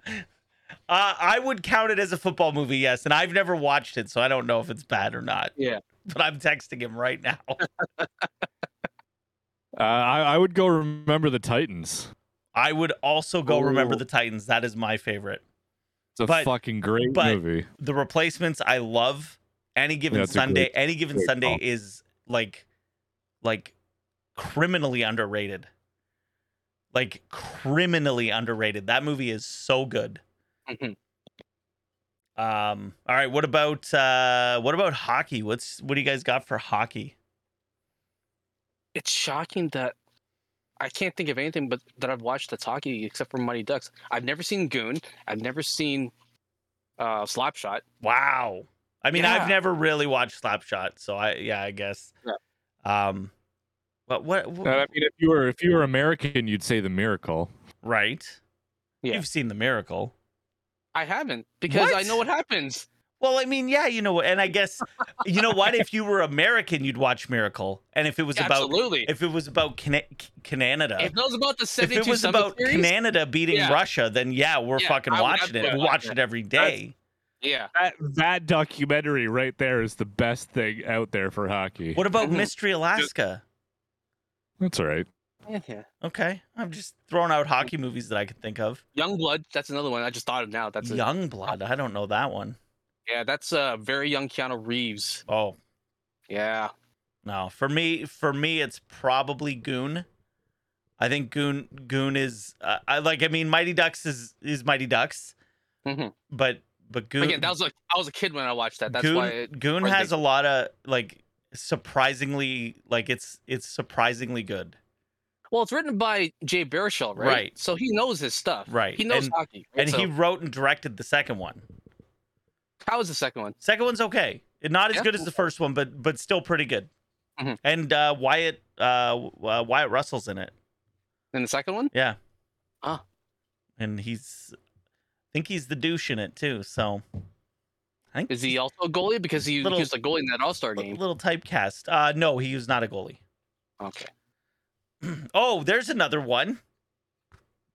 S2: I would count it as a football movie, yes, and I've never watched it, so I don't know if it's bad or not.
S4: Yeah.
S2: but I'm texting him right now.
S5: Uh, I, I would go remember the Titans.
S2: I would also go remember
S4: Ooh.
S5: Oh.
S2: the Titans. That is my favorite.
S5: It's a
S2: But-
S5: fucking great
S2: but-
S5: movie.
S2: The replacements I love. Any given
S5: That's a
S2: Sunday,
S5: great-
S2: any given
S5: great
S2: Sunday
S5: call.
S2: is like like criminally underrated. Like criminally underrated. That movie is so good.
S4: Mhm.
S2: Um all right, what about uh what about hockey? What's what do you guys got for hockey?
S4: It's shocking that I can't think of anything but that I've watched that's hockey except for Mighty Ducks. I've never seen Goon. I've never seen uh, Slapshot.
S2: Wow. I mean, I've
S4: Yeah.
S2: never really watched Slapshot, so I yeah, I guess. Um but what, what
S5: And I mean, if you were if you were American, you'd say the Miracle.
S2: right?
S4: Yeah.
S2: You've seen The Miracle.
S4: I haven't because I know
S2: What?
S4: what happens.
S2: Well, I mean, yeah, you know, and I guess you know what? If you were American, you'd watch Miracle, and if it was about
S4: Absolutely.
S2: if it was about Cana- C- Canada,
S4: If it was about the
S2: if it
S4: 72
S2: was
S4: Summit
S2: about
S4: Series,
S2: Canada beating
S4: Yeah.
S2: Russia, then yeah, we're
S4: Yeah,
S2: fucking
S4: I would
S2: watching it. We
S4: absolutely
S2: watch
S4: watch
S2: it every day.
S4: yeah,
S5: That that documentary right there is the best thing out there for hockey.
S2: What about
S4: Mhm.
S2: Mystery Alaska?
S5: That's all right.
S4: yeah.
S2: Okay, I'm just throwing out hockey movies that I could think of.
S4: Young Blood. That's another one. I just thought of now. That's a,
S2: Young Blood. I don't know that one.
S4: yeah. That's uh, very young Keanu Reeves.
S2: Oh
S4: Yeah.
S2: No, for me, for me, it's probably Goon. I think Goon Goon is uh, I like. I mean, Mighty Ducks is is Mighty Ducks,
S4: Mhm.
S2: but but Goon
S4: Again, that was like I was a kid when I watched that. That's
S2: Goon,
S4: why. It,
S2: Goon
S4: why
S2: has
S4: they-
S2: a lot of like surprisingly like it's it's surprisingly good.
S4: well, it's written by Jay Baruchel, right?
S2: Right.
S4: So he knows his stuff.
S2: Right,
S4: He knows
S2: and-
S4: hockey. right?
S2: And
S4: So
S2: he wrote and directed the second one.
S4: how was the second one?
S2: Second one's okay, not as
S4: Yeah.
S2: good as the first one, but but still pretty good.
S4: Mhm.
S2: And uh, Wyatt uh, w- uh, Wyatt Russell's in it.
S4: And the second one?
S2: Yeah.
S4: Ah.
S2: And he's, I think he's the douche in it too. So, I think
S4: Is he also a goalie because he,
S2: Little-
S4: he was a goalie in that All Star
S2: li-
S4: game?
S2: little typecast. Uh, no, he was not a goalie.
S4: Okay.
S2: Oh, there's another one.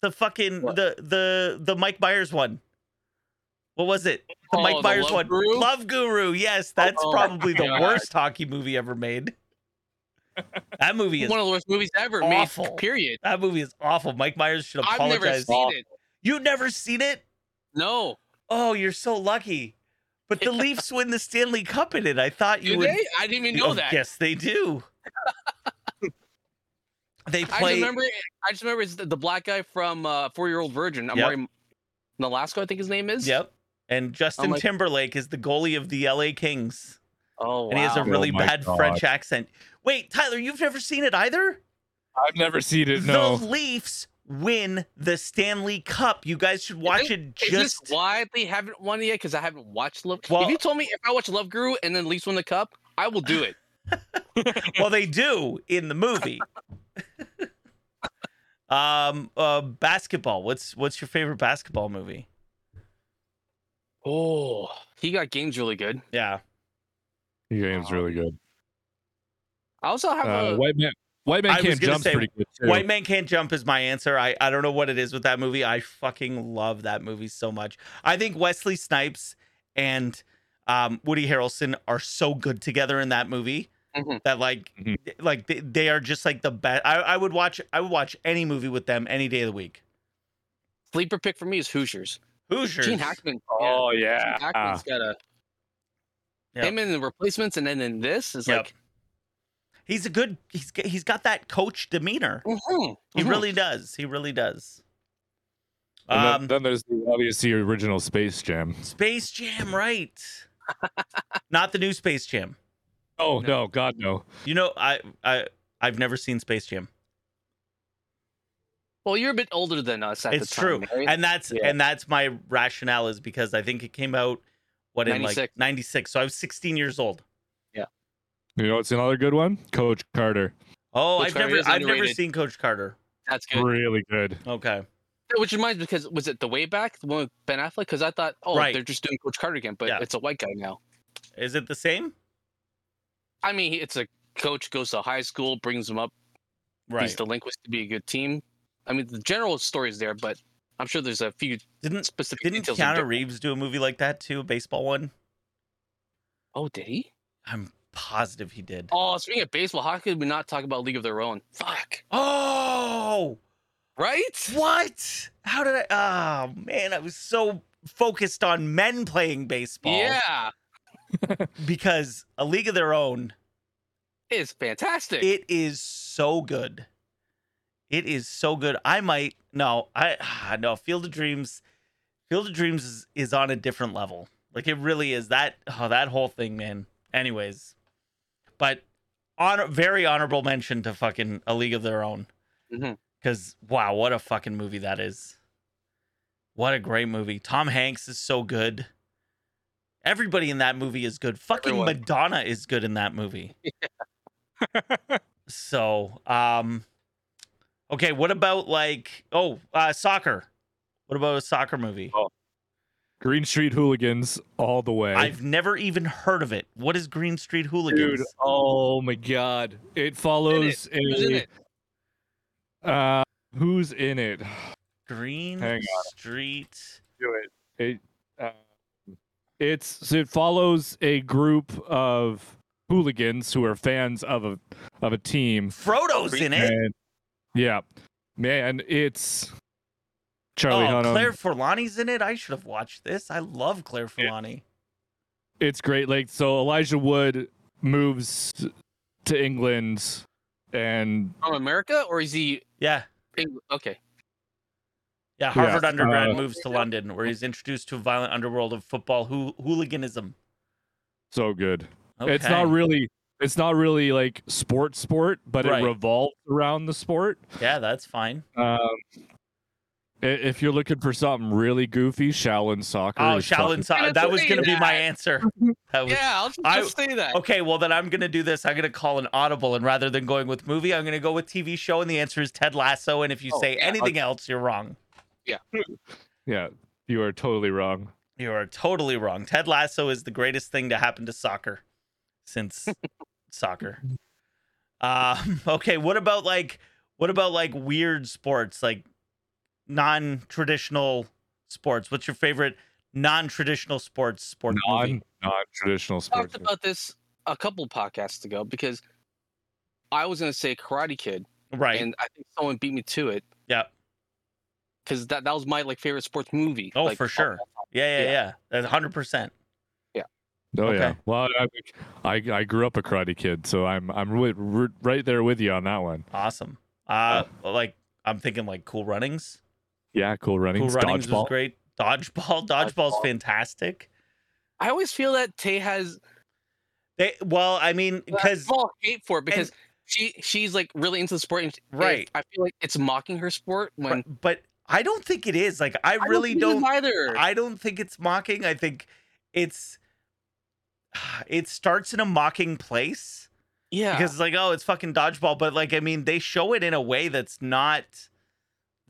S2: The fucking
S4: What?
S2: the the the Mike Myers one. What was it? The
S4: Oh,
S2: Mike
S4: the
S2: Myers
S4: Love
S2: one.
S4: Guru?
S2: Love Guru. Yes, that's
S4: Oh,
S2: probably the
S4: God.
S2: worst hockey movie ever made. That movie is
S4: One of the worst movies ever
S2: awful.
S4: made. Period.
S2: that movie is awful. Mike Myers should
S4: I've
S2: apologize.
S4: never seen it.
S2: You've never seen it?
S4: No.
S2: Oh, you're so lucky. But the Leafs win the Stanley Cup in it. I thought you
S4: Do
S2: would
S4: they? I didn't even know
S2: Oh,
S4: that.
S2: Yes, they do. they
S4: I just
S2: play
S4: remember. I just remember it's the, the black guy from uh, Four Year Old Virgin. I'm
S2: Yep.
S4: yep. Nolasco, I think his name is.
S2: Yep. And Justin
S4: like-
S2: Timberlake is the goalie of the LA Kings.
S4: Oh, wow.
S2: And he has a really
S5: my
S2: bad
S5: God.
S2: French accent. Wait, Tyler, you've never seen it either?
S5: I've never seen it. No.
S2: The Leafs win the Stanley Cup. You guys should watch it
S4: Is
S2: just
S4: this why they haven't won it yet? Because I haven't watched Love.
S2: Well-
S4: if you told me if I watch Love Guru and then Leafs win the cup, I will do it.
S2: well they do in the movie. um uh basketball. What's what's your favorite basketball movie?
S4: oh, he got games really good.
S2: Yeah.
S5: The game's really good.
S4: I also have
S5: Uh,
S4: a
S5: White Man White man
S2: I was
S5: can't
S2: gonna
S5: jump.
S2: say,
S5: Pretty good. Too.
S2: White Man Can't Jump is my answer. I, I don't know what it is with that movie. I fucking love that movie so much. I think Wesley Snipes and um, Woody Harrelson are so good together in that movie
S4: Mhm.
S2: that like
S5: Mhm.
S2: like they, they are just like the best. I, I would watch I would watch any movie with them any day of the week.
S4: Sleeper pick for me is Hoosiers.
S2: Hoosiers.
S4: Gene Hackman. yeah.
S5: Oh
S4: Gene
S5: yeah.
S4: Hackman's got a
S2: Yeah.
S4: him in the replacements, and then in this is
S2: Yep.
S4: like
S2: He's a good. He's g- he's got that coach demeanor.
S4: mhm,
S2: He
S4: mhm.
S2: really does. He really does.
S5: And then,
S2: Um,
S5: then there's the obviously original Space Jam.
S2: Space Jam, right? Not the new Space Jam.
S5: Oh no, God no.
S2: You know, I I I've never seen Space Jam.
S4: Well, you're a bit older than us at
S2: it's
S4: the time.
S2: true,
S4: right?
S2: and that's
S4: Yeah.
S2: and that's my rationale is because I think it came out what in like
S4: 96.
S2: '96, so I was 16 years old.
S5: You know it's another good one. Coach Carter,
S2: Oh,
S4: Coach
S2: I've
S4: Carter
S2: never
S4: is
S2: I've never
S4: underrated.
S2: seen Coach Carter.
S4: that's good.
S5: really good.
S2: Okay,
S4: Yeah, Which reminds me, because was it the way back the one with Ben Affleck? Because I thought, oh,
S2: Right.
S4: they're just doing Coach Carter again, but
S2: Yeah.
S4: it's a white guy now.
S2: is it the same?
S4: I mean, it's a coach goes to high school, brings them up these
S2: Right.
S4: delinquents to be a good team. I mean, the general story is there, but I'm sure there's a few
S2: Didn't
S4: specific
S2: didn't
S4: details. that are
S2: Keanu
S4: different.
S2: Reeves do a movie like that too? A baseball one?
S4: Oh, did he?
S2: I'm positive he did.
S4: Oh, speaking of baseball, how could we not talk about League of Their Own? Fuck.
S2: Oh,
S4: Right?
S2: what? How did I? Oh man, I was so focused on men playing baseball.
S4: Yeah.
S2: because A League of Their Own
S4: It's fantastic.
S2: It is so good. It is so good. I might no, I ah, no Field of Dreams. Field of Dreams is, is on a different level. Like it really is that oh that whole thing, man. Anyways, but honor very honorable mention to fucking A League of Their Own.
S5: Mm-hmm.
S4: Mhm.
S2: Cause wow, what a fucking movie that is. What a great movie. Tom Hanks is so good. Everybody in that movie is good. Fucking
S4: Everyone.
S2: Madonna is good in that movie. So, um, okay, what about like oh, uh, soccer? What about a soccer movie?
S5: Oh, Green Street Hooligans all the way.
S2: I've never even heard of it. What is Green Street Hooligans?
S5: Dude, oh my God! It follows
S4: Who's in it?
S5: a uh, who's in it?
S2: Green
S5: Hang on.
S2: Street.
S5: do it. It uh, it's so it follows a group of hooligans who are fans of a of a team.
S2: Frodo's in it.
S5: And- yeah, man, it's Charlie
S2: oh,
S5: Hunnam.
S2: Claire Forlani's in it. I should have watched this. I love Claire Forlani.
S5: It's great. Like so, Elijah Wood moves to England, and
S4: From America, or is he?
S2: Yeah.
S4: Eng- Okay.
S2: Yeah, Harvard
S5: uh,
S2: undergrad moves to London, where he's introduced to a violent underworld of football hoo- hooliganism.
S5: so good.
S2: Okay.
S5: It's not really. It's not really like sport sport, but
S2: Right.
S5: it revolves around the sport.
S2: Yeah, that's fine.
S5: Um, i- if you're looking for something really goofy, Shaolin Soccer.
S2: Oh,
S5: is
S2: Shaolin
S5: fucking-
S2: Soccer.
S4: gonna
S2: That was
S4: say
S2: going to be my
S4: that.
S2: answer. That was-
S4: Yeah, I'll just,
S2: I-
S4: just say that.
S2: Okay, well then I'm gonna do this. I'm gonna call an audible, and rather than going with movie, I'm gonna go with TV show, and the answer is Ted Lasso. And if you
S4: Oh,
S2: say
S4: yeah.
S2: anything else, you're wrong.
S5: Yeah, you are totally wrong.
S2: You are totally wrong. Ted Lasso is the greatest thing to happen to soccer since soccer. Um, okay, what about like what about like weird sports, like non-traditional sports? What's your favorite non-traditional sports sport movie?
S5: Non non traditional sports.
S4: talked about this a couple podcasts ago because I was gonna say Karate Kid,
S2: Right.
S4: and I think someone beat me to it.
S2: Yeah.
S4: Because that, that was my like favorite sports movie.
S2: Oh,
S4: like,
S2: for
S4: of
S2: sure.
S4: all time.
S2: yeah, yeah,
S4: yeah.
S2: yeah. That's hundred percent.
S5: oh yeah.
S2: okay.
S5: Well, I, I I grew up a karate kid, so I'm I'm wi- ri- right there with you on that one.
S2: Awesome. Uh, like I'm thinking like Cool Runnings.
S5: Yeah, cool running.
S2: cool Runnings
S5: Dodgeball.
S2: was great. Dodgeball. Dodgeball's fantastic.
S4: I always feel that Tay has
S2: They well, I mean, because
S4: all hate for it because she she's like really into the sport. And and
S2: Right.
S4: I feel like it's mocking her sport when
S2: but, but I don't think it is. Like I really don't.
S4: either.
S2: I don't think it's mocking. I think it's it starts in a mocking place
S4: yeah.
S2: because it's like oh, it's fucking dodgeball. But like I mean, they show it in a way that's not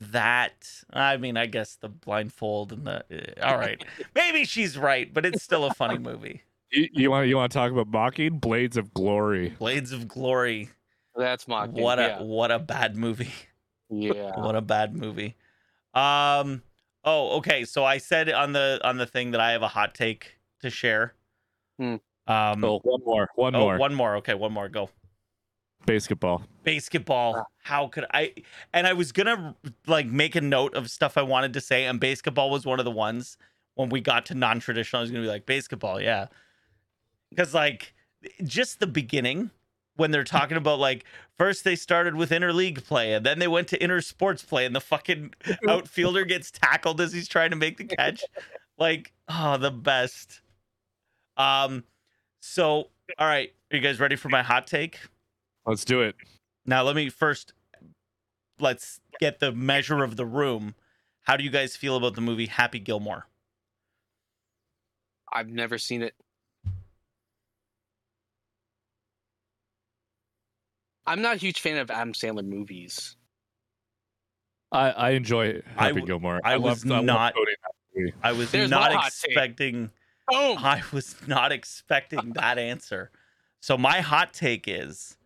S2: that i mean i guess the blindfold and the eh, all right maybe she's right but it's still a funny movie
S5: You, you want you want to talk about mocking Blades of Glory?
S2: Blades of Glory.
S4: That's mocking.
S2: what a
S4: yeah.
S2: what a bad movie.
S4: yeah.
S2: What a bad movie. Um oh, okay. So I said on the on the thing that I have a hot take to share.
S4: Hmm.
S2: Um
S5: Oh, one more, one
S2: oh,
S5: more.
S2: one more. Okay, one more. Go.
S5: Basketball.
S2: Basketball. How could I and I was going to like make a note of stuff I wanted to say and basketball was one of the ones when we got to non-traditional I was going to be like basketball, yeah. Cuz like just the beginning when they're talking about like first they started with interleague play and then they went to inter sports play and the fucking outfielder gets tackled as he's trying to make the catch like oh the best um so all right are you guys ready for my hot take
S5: Let's do it.
S2: now let me first let's get the measure of the room how do you guys feel about the movie happy gilmore
S4: I've never seen it. I'm not a huge fan of Adam Sandler movies.
S5: I, I enjoy
S2: I
S5: Happy
S2: w-
S5: Gilmore.
S2: I was
S5: loved- loved
S2: not-
S5: voting.
S2: i was
S4: There's
S2: not
S4: my hot take.
S2: expecting
S4: Oh,
S2: I was not expecting that answer. So my hot take is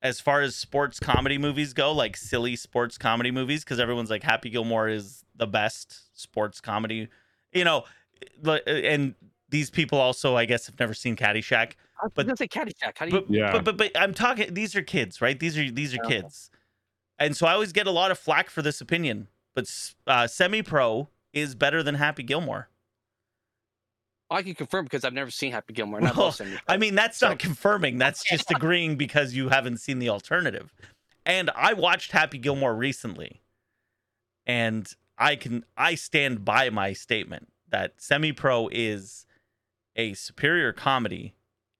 S2: as far as sports comedy movies go, like silly sports comedy movies, because everyone's like Happy Gilmore is the best sports comedy, you know, li- and these people also, I guess, have never seen Caddyshack.
S4: I was
S2: but-
S4: gonna say Caddyshack. How do you?
S2: But,
S5: Yeah.
S2: but but but I'm talking. These are kids, right? These are these are kids, and so I always get a lot of flack for this opinion. But s- uh, semi pro is better than Happy Gilmore.
S4: I can confirm because I've never seen Happy Gilmore. And I
S2: Well,
S4: love Sandler.
S2: I mean, that's not confirming. That's just agreeing because you haven't seen the alternative. And I watched Happy Gilmore recently, and I can I stand by my statement that Semi Pro is a superior comedy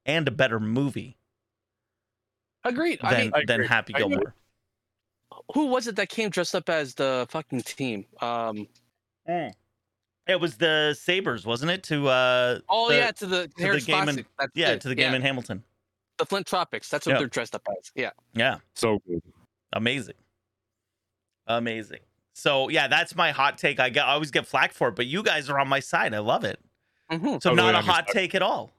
S2: and a better movie
S4: agreed.
S2: than
S4: I mean,
S5: I
S2: than
S5: agree.
S2: Happy
S5: I agree.
S2: Gilmore.
S4: who was it that came dressed up as the fucking team? Um.
S2: It was the Sabers, wasn't it? To uh,
S4: Oh
S2: The-
S4: yeah, to the
S2: the
S4: Harris
S2: game in-
S4: Classic. That's
S2: yeah,
S4: it.
S2: to the game in Hamilton.
S4: the Flint Tropics. That's what
S2: Yeah.
S4: they're dressed up as. Yeah.
S2: Yeah.
S5: So good.
S2: amazing amazing so yeah that's my hot take i get I always get flack for it but you guys are on my side i love it
S4: Mhm.
S2: so
S5: Totally
S2: not a
S5: understand.
S2: hot take at all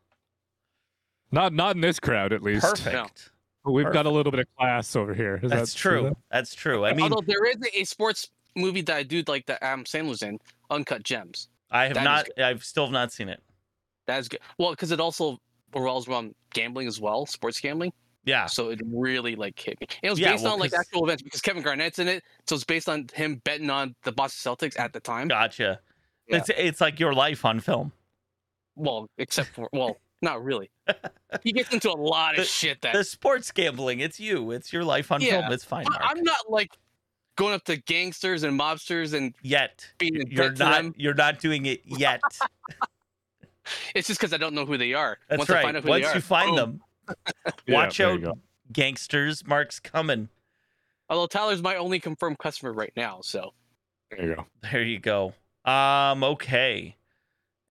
S5: Not not in this crowd at least.
S2: perfect
S4: No.
S5: We've got a little bit of class over here. Is
S2: that's
S5: that
S2: true that's true i mean
S4: Although there is a sports movie that I do like that Adam Sandler's in, Uncut Gems.
S2: i have
S4: that is
S2: not i've still have not seen it
S4: That is good. Well, because it also revolves around gambling as well, sports gambling.
S2: yeah
S4: So it really like hit me. It was
S2: Yeah,
S4: based
S2: well,
S4: on like
S2: 'cause-
S4: actual events because Kevin Garnett's in it, so it's based on him betting on the Boston
S2: Mm.
S4: Celtics at the time.
S2: gotcha
S4: Yeah.
S2: it's it's like your life on film
S4: Well, except for well, not really. He gets into a lot of
S2: The-
S4: shit that
S2: the sports gambling it's you it's your life on
S4: Yeah.
S2: film it's fine
S4: I-
S2: Mark.
S4: I'm not like going up to gangsters and mobsters and
S2: yet
S4: being in
S2: you're
S4: debt to
S2: not
S4: them.
S2: you're not doing it yet
S4: It's just because I don't know who they are.
S2: that's
S4: Once
S2: right
S4: I find out who
S2: once
S4: they are,
S2: you find
S4: boom.
S2: them
S5: Yeah,
S2: watch
S5: there
S2: out
S5: you go.
S2: gangsters mark's coming
S4: Although Tyler's my only confirmed customer right now, so
S5: There you go.
S2: There you go. Um, okay.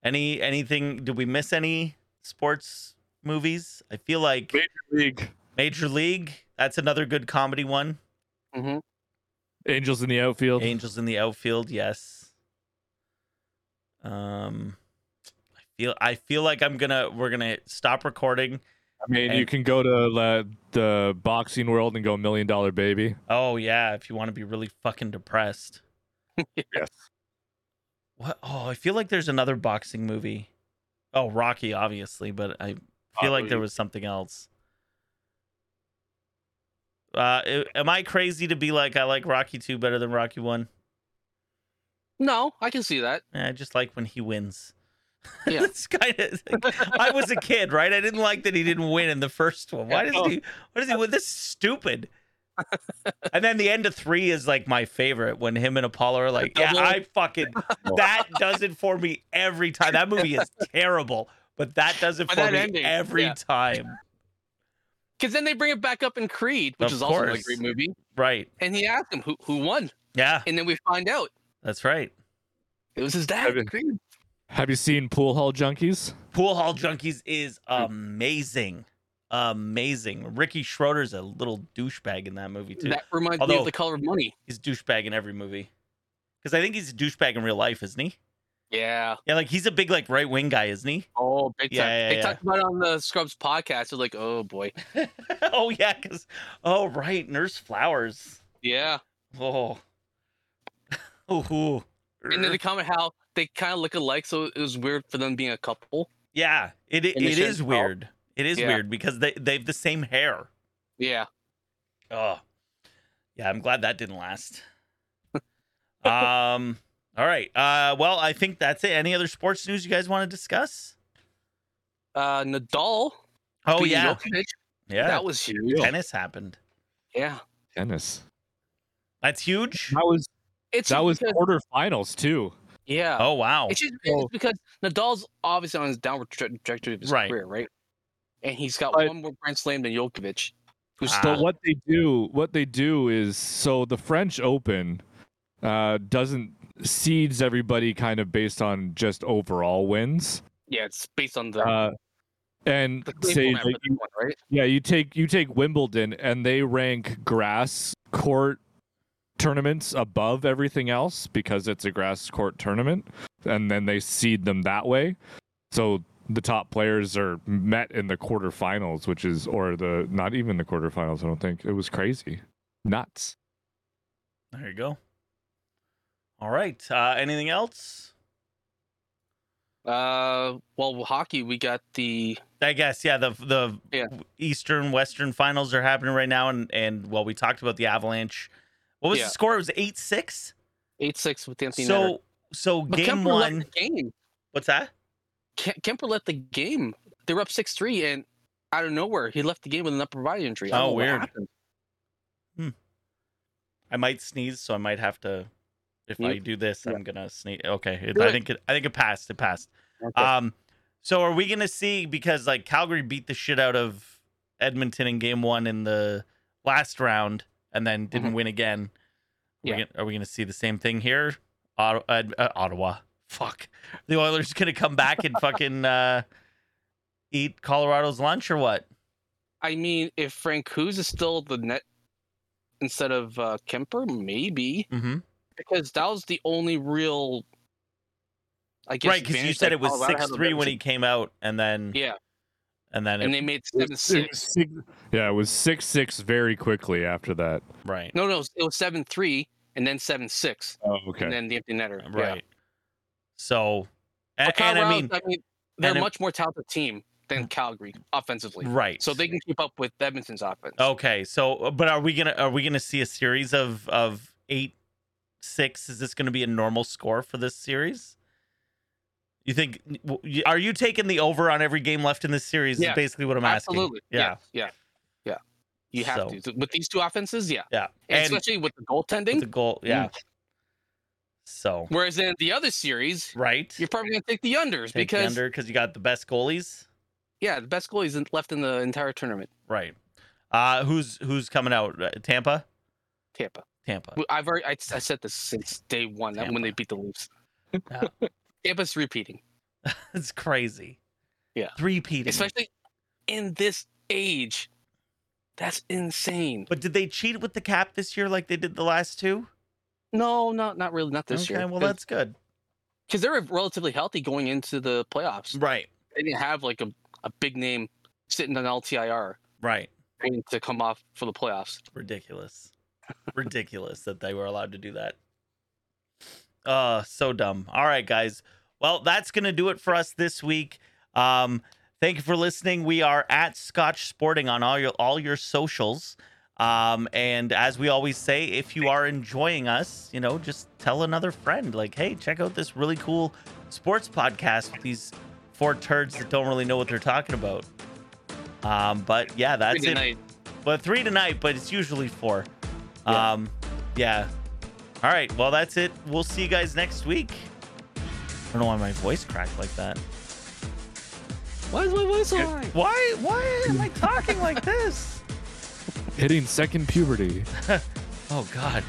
S2: Any anything did we miss any sports movies? I feel like
S5: Major League.
S2: Major League, that's another good comedy one.
S4: mhm.
S5: Angels in the outfield.
S2: Angels in the outfield, yes. Um I feel I feel like I'm gonna we're gonna stop recording.
S5: I mean, you can go to uh, the boxing world and go million dollar baby.
S2: Oh yeah, if you want to be really fucking depressed.
S5: Yes.
S2: What oh I feel like there's another boxing movie. Oh, Rocky, obviously, but I feel like there was something else. Uh, a- am I crazy to be like I like Rocky two better than Rocky one?
S4: no, I can see that.
S2: Eh, I just like when he wins.
S4: Yeah.
S2: it's kind of. I was a kid, right? I didn't like that he didn't win in the first one. Why does
S4: No.
S2: he? Why does he win? This is stupid. and then the end of three is like my favorite when him and Apollo are like, "Yeah,
S4: Double-
S2: I fucking that does it for me every time." That movie is terrible, but that does it
S4: But
S2: for
S4: that
S2: me
S4: ending,
S2: every
S4: yeah.
S2: time.
S4: Because then they bring it back up in Creed, which
S2: Of
S4: is also a
S2: course.
S4: great movie.
S2: Right?
S4: And he asked him who who won,
S2: Yeah,
S4: and then we find out
S2: that's right.
S4: it was his
S5: Have
S4: dad.
S5: you-
S4: Creed.
S5: Have you seen Pool Hall Junkies?
S2: Pool Hall Junkies is amazing, amazing. Ricky Schroeder's a little douchebag in that movie too.
S4: That reminds me
S2: Although-
S4: of The Color of Money.
S2: He's a douchebag in every movie. Because I think he's a douchebag in real life, isn't he?
S4: Yeah.
S2: Yeah, like he's a big like right wing guy, isn't he?
S4: Oh, big time.
S2: Yeah, yeah,
S4: they
S2: yeah.
S4: talked about it on the Scrubs podcast. They're like, oh boy.
S2: oh yeah, because oh right, Nurse Flowers.
S4: Yeah.
S2: Oh, oh,
S4: And then they comment how they kind of look alike, so it was weird for them being a couple.
S2: yeah. It it,
S4: And they
S2: it
S4: shouldn't
S2: is
S4: tell.
S2: weird. It is
S4: Yeah.
S2: weird because they they've the same hair.
S4: Yeah.
S2: Oh, yeah. I'm glad that didn't last. um. All right. Uh. Well, I think that's it. Any other sports news you guys want to discuss?
S4: Uh, Nadal.
S2: Oh
S4: beating
S2: yeah,
S4: Djokovic,
S2: yeah.
S4: That was huge.
S2: Tennis happened.
S4: Yeah.
S5: Tennis.
S2: That's huge.
S5: That was
S4: It's
S5: that was
S4: because-
S5: quarterfinals too.
S4: yeah.
S2: Oh wow.
S4: It's just
S5: Well-
S4: it's because Nadal's obviously on his downward tra- trajectory of his
S2: Right.
S4: career, right? And he's got
S5: But-
S4: one more Grand Slam than Djokovic, who's
S2: Ah.
S5: But what they do, what they do is so the French Open uh, doesn't seeds everybody kind of based on just overall wins.
S4: yeah, it's based on the,
S5: Uh, and
S4: the clay
S5: say
S4: format for
S5: that
S4: this one, right?
S5: Yeah, you take you take Wimbledon and they rank grass court tournaments above everything else because it's a grass court tournament and then they seed them that way. So the top players are met in the quarterfinals, which is or the not even the quarterfinals, I don't think. It was crazy. Nuts.
S2: There you go. All right. Uh, anything else?
S4: Uh, well, with hockey, we got the
S2: I guess yeah. The the
S4: Yeah.
S2: Eastern Western finals are happening right now, and and well, we talked about the Avalanche. What was
S4: Yeah.
S2: the score? It was eight six.
S4: eight six with Anthony. Netter.
S2: So so
S4: But
S2: game
S4: Kemper
S2: one.
S4: Let the game.
S2: What's that?
S4: Ke- Kemper let the game. They were up six three, and out of nowhere, he left the game with an upper body injury. I don't
S2: Oh,
S4: know what
S2: weird.
S4: happened.
S2: I might sneeze, so I might have to. If I
S4: You-
S2: do this,
S4: yeah.
S2: I'm gonna sneeze. Okay, it-
S4: Do
S2: I
S4: it.
S2: think it. I think it passed. It passed.
S4: Okay.
S2: Um, so are we gonna see because like Calgary beat the shit out of Edmonton in game one in the last round and then didn't win again? Are,
S4: Mm-hmm. Yeah.
S2: we gonna, are we gonna see the same thing here? Ottawa, uh, uh, Ottawa. Fuck. The Oilers gonna come back and fucking uh, eat Colorado's lunch or what?
S4: I mean, if Frank Hughes is still the net instead of uh, Kemper, maybe
S2: Mm-hmm.
S4: because that was the only real. I guess
S2: Right, because you
S4: advantage
S2: said
S4: that
S2: it was
S4: Colorado had
S2: six three
S4: over
S2: when he came out, and then
S4: Edmonton. Yeah,
S2: and then
S4: and
S2: it,
S4: they made seven six.
S5: Yeah, it was six six very quickly after that.
S2: right.
S4: No, no, it was seven three, and then seven six,
S5: Oh, okay.
S4: and then the empty netter. yeah.
S2: Uh, Right. So, and,
S4: But
S2: and I
S4: Colorado's-
S2: mean,
S4: I mean, they're
S2: and
S4: a
S2: it-
S4: much more talented team than Calgary offensively,
S2: right. Oh,
S4: so they can keep up with Edmonton's offense.
S2: Okay, so uh, but are we gonna are we gonna see a series of of eight six? Is this gonna be a normal score for this series? You think? Are you taking the over on every game left in this series?
S4: Yeah,
S2: is basically what I'm
S4: absolutely.
S2: asking. Yeah,
S4: yeah, yeah. yeah. You have
S2: So-
S4: to with these two offenses, yeah,
S2: yeah,
S4: and,
S2: and,
S4: especially with the
S2: with
S4: goaltending.
S2: the goal. Yeah. So
S4: Whereas in the other series,
S2: right,
S4: you're probably gonna take the unders
S2: Take the
S4: because
S2: under because you got the best goalies.
S4: yeah, the best goalies in- left in the entire tournament.
S2: Right. Uh, who's who's coming out? Uh, Tampa.
S4: Tampa.
S2: Tampa.
S4: W- I've already I, I said this since day one that when
S2: Tampa.
S4: they beat the Leafs.
S2: Yeah.
S4: Tampa's repeating,
S2: It's crazy.
S4: Yeah.
S2: Three peating.
S4: especially in this age. That's insane.
S2: But did they cheat with the cap this year like they did the last two?
S4: No, not not really, not this
S2: okay,
S4: year.
S2: well that's good.
S4: because they were relatively healthy going into the playoffs.
S2: Right.
S4: They didn't have like a, a big name sitting on LTIR
S2: Right.
S4: waiting to come off for the playoffs.
S2: Ridiculous. Ridiculous that they were allowed to do that. Uh so dumb. All right, guys. Well, that's gonna do it for us this week. Um, thank you for listening. We are at Scotch Sporting on all your all your socials. Um, and as we always say, if you are enjoying us, you know, just tell another friend, like, hey, check out this really cool sports podcast with these four turds that don't really know what they're talking about. Um, but yeah, that's
S4: Friday
S2: it.
S4: night.
S2: But three tonight, but it's usually four.
S4: Yeah.
S2: Um, yeah. All right. Well, that's it. We'll see you guys next week. I don't know why my voice cracked like that.
S4: Why is my voice all right?
S2: Why? Why am I talking like this?
S5: Hitting second puberty.
S2: Oh God.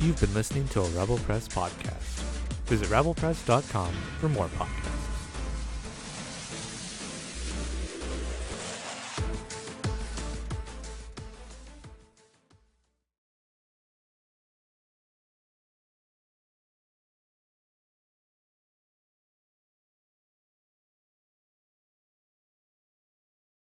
S8: You've been listening to a Rebel Press podcast. Visit rebelpress.com for more podcasts.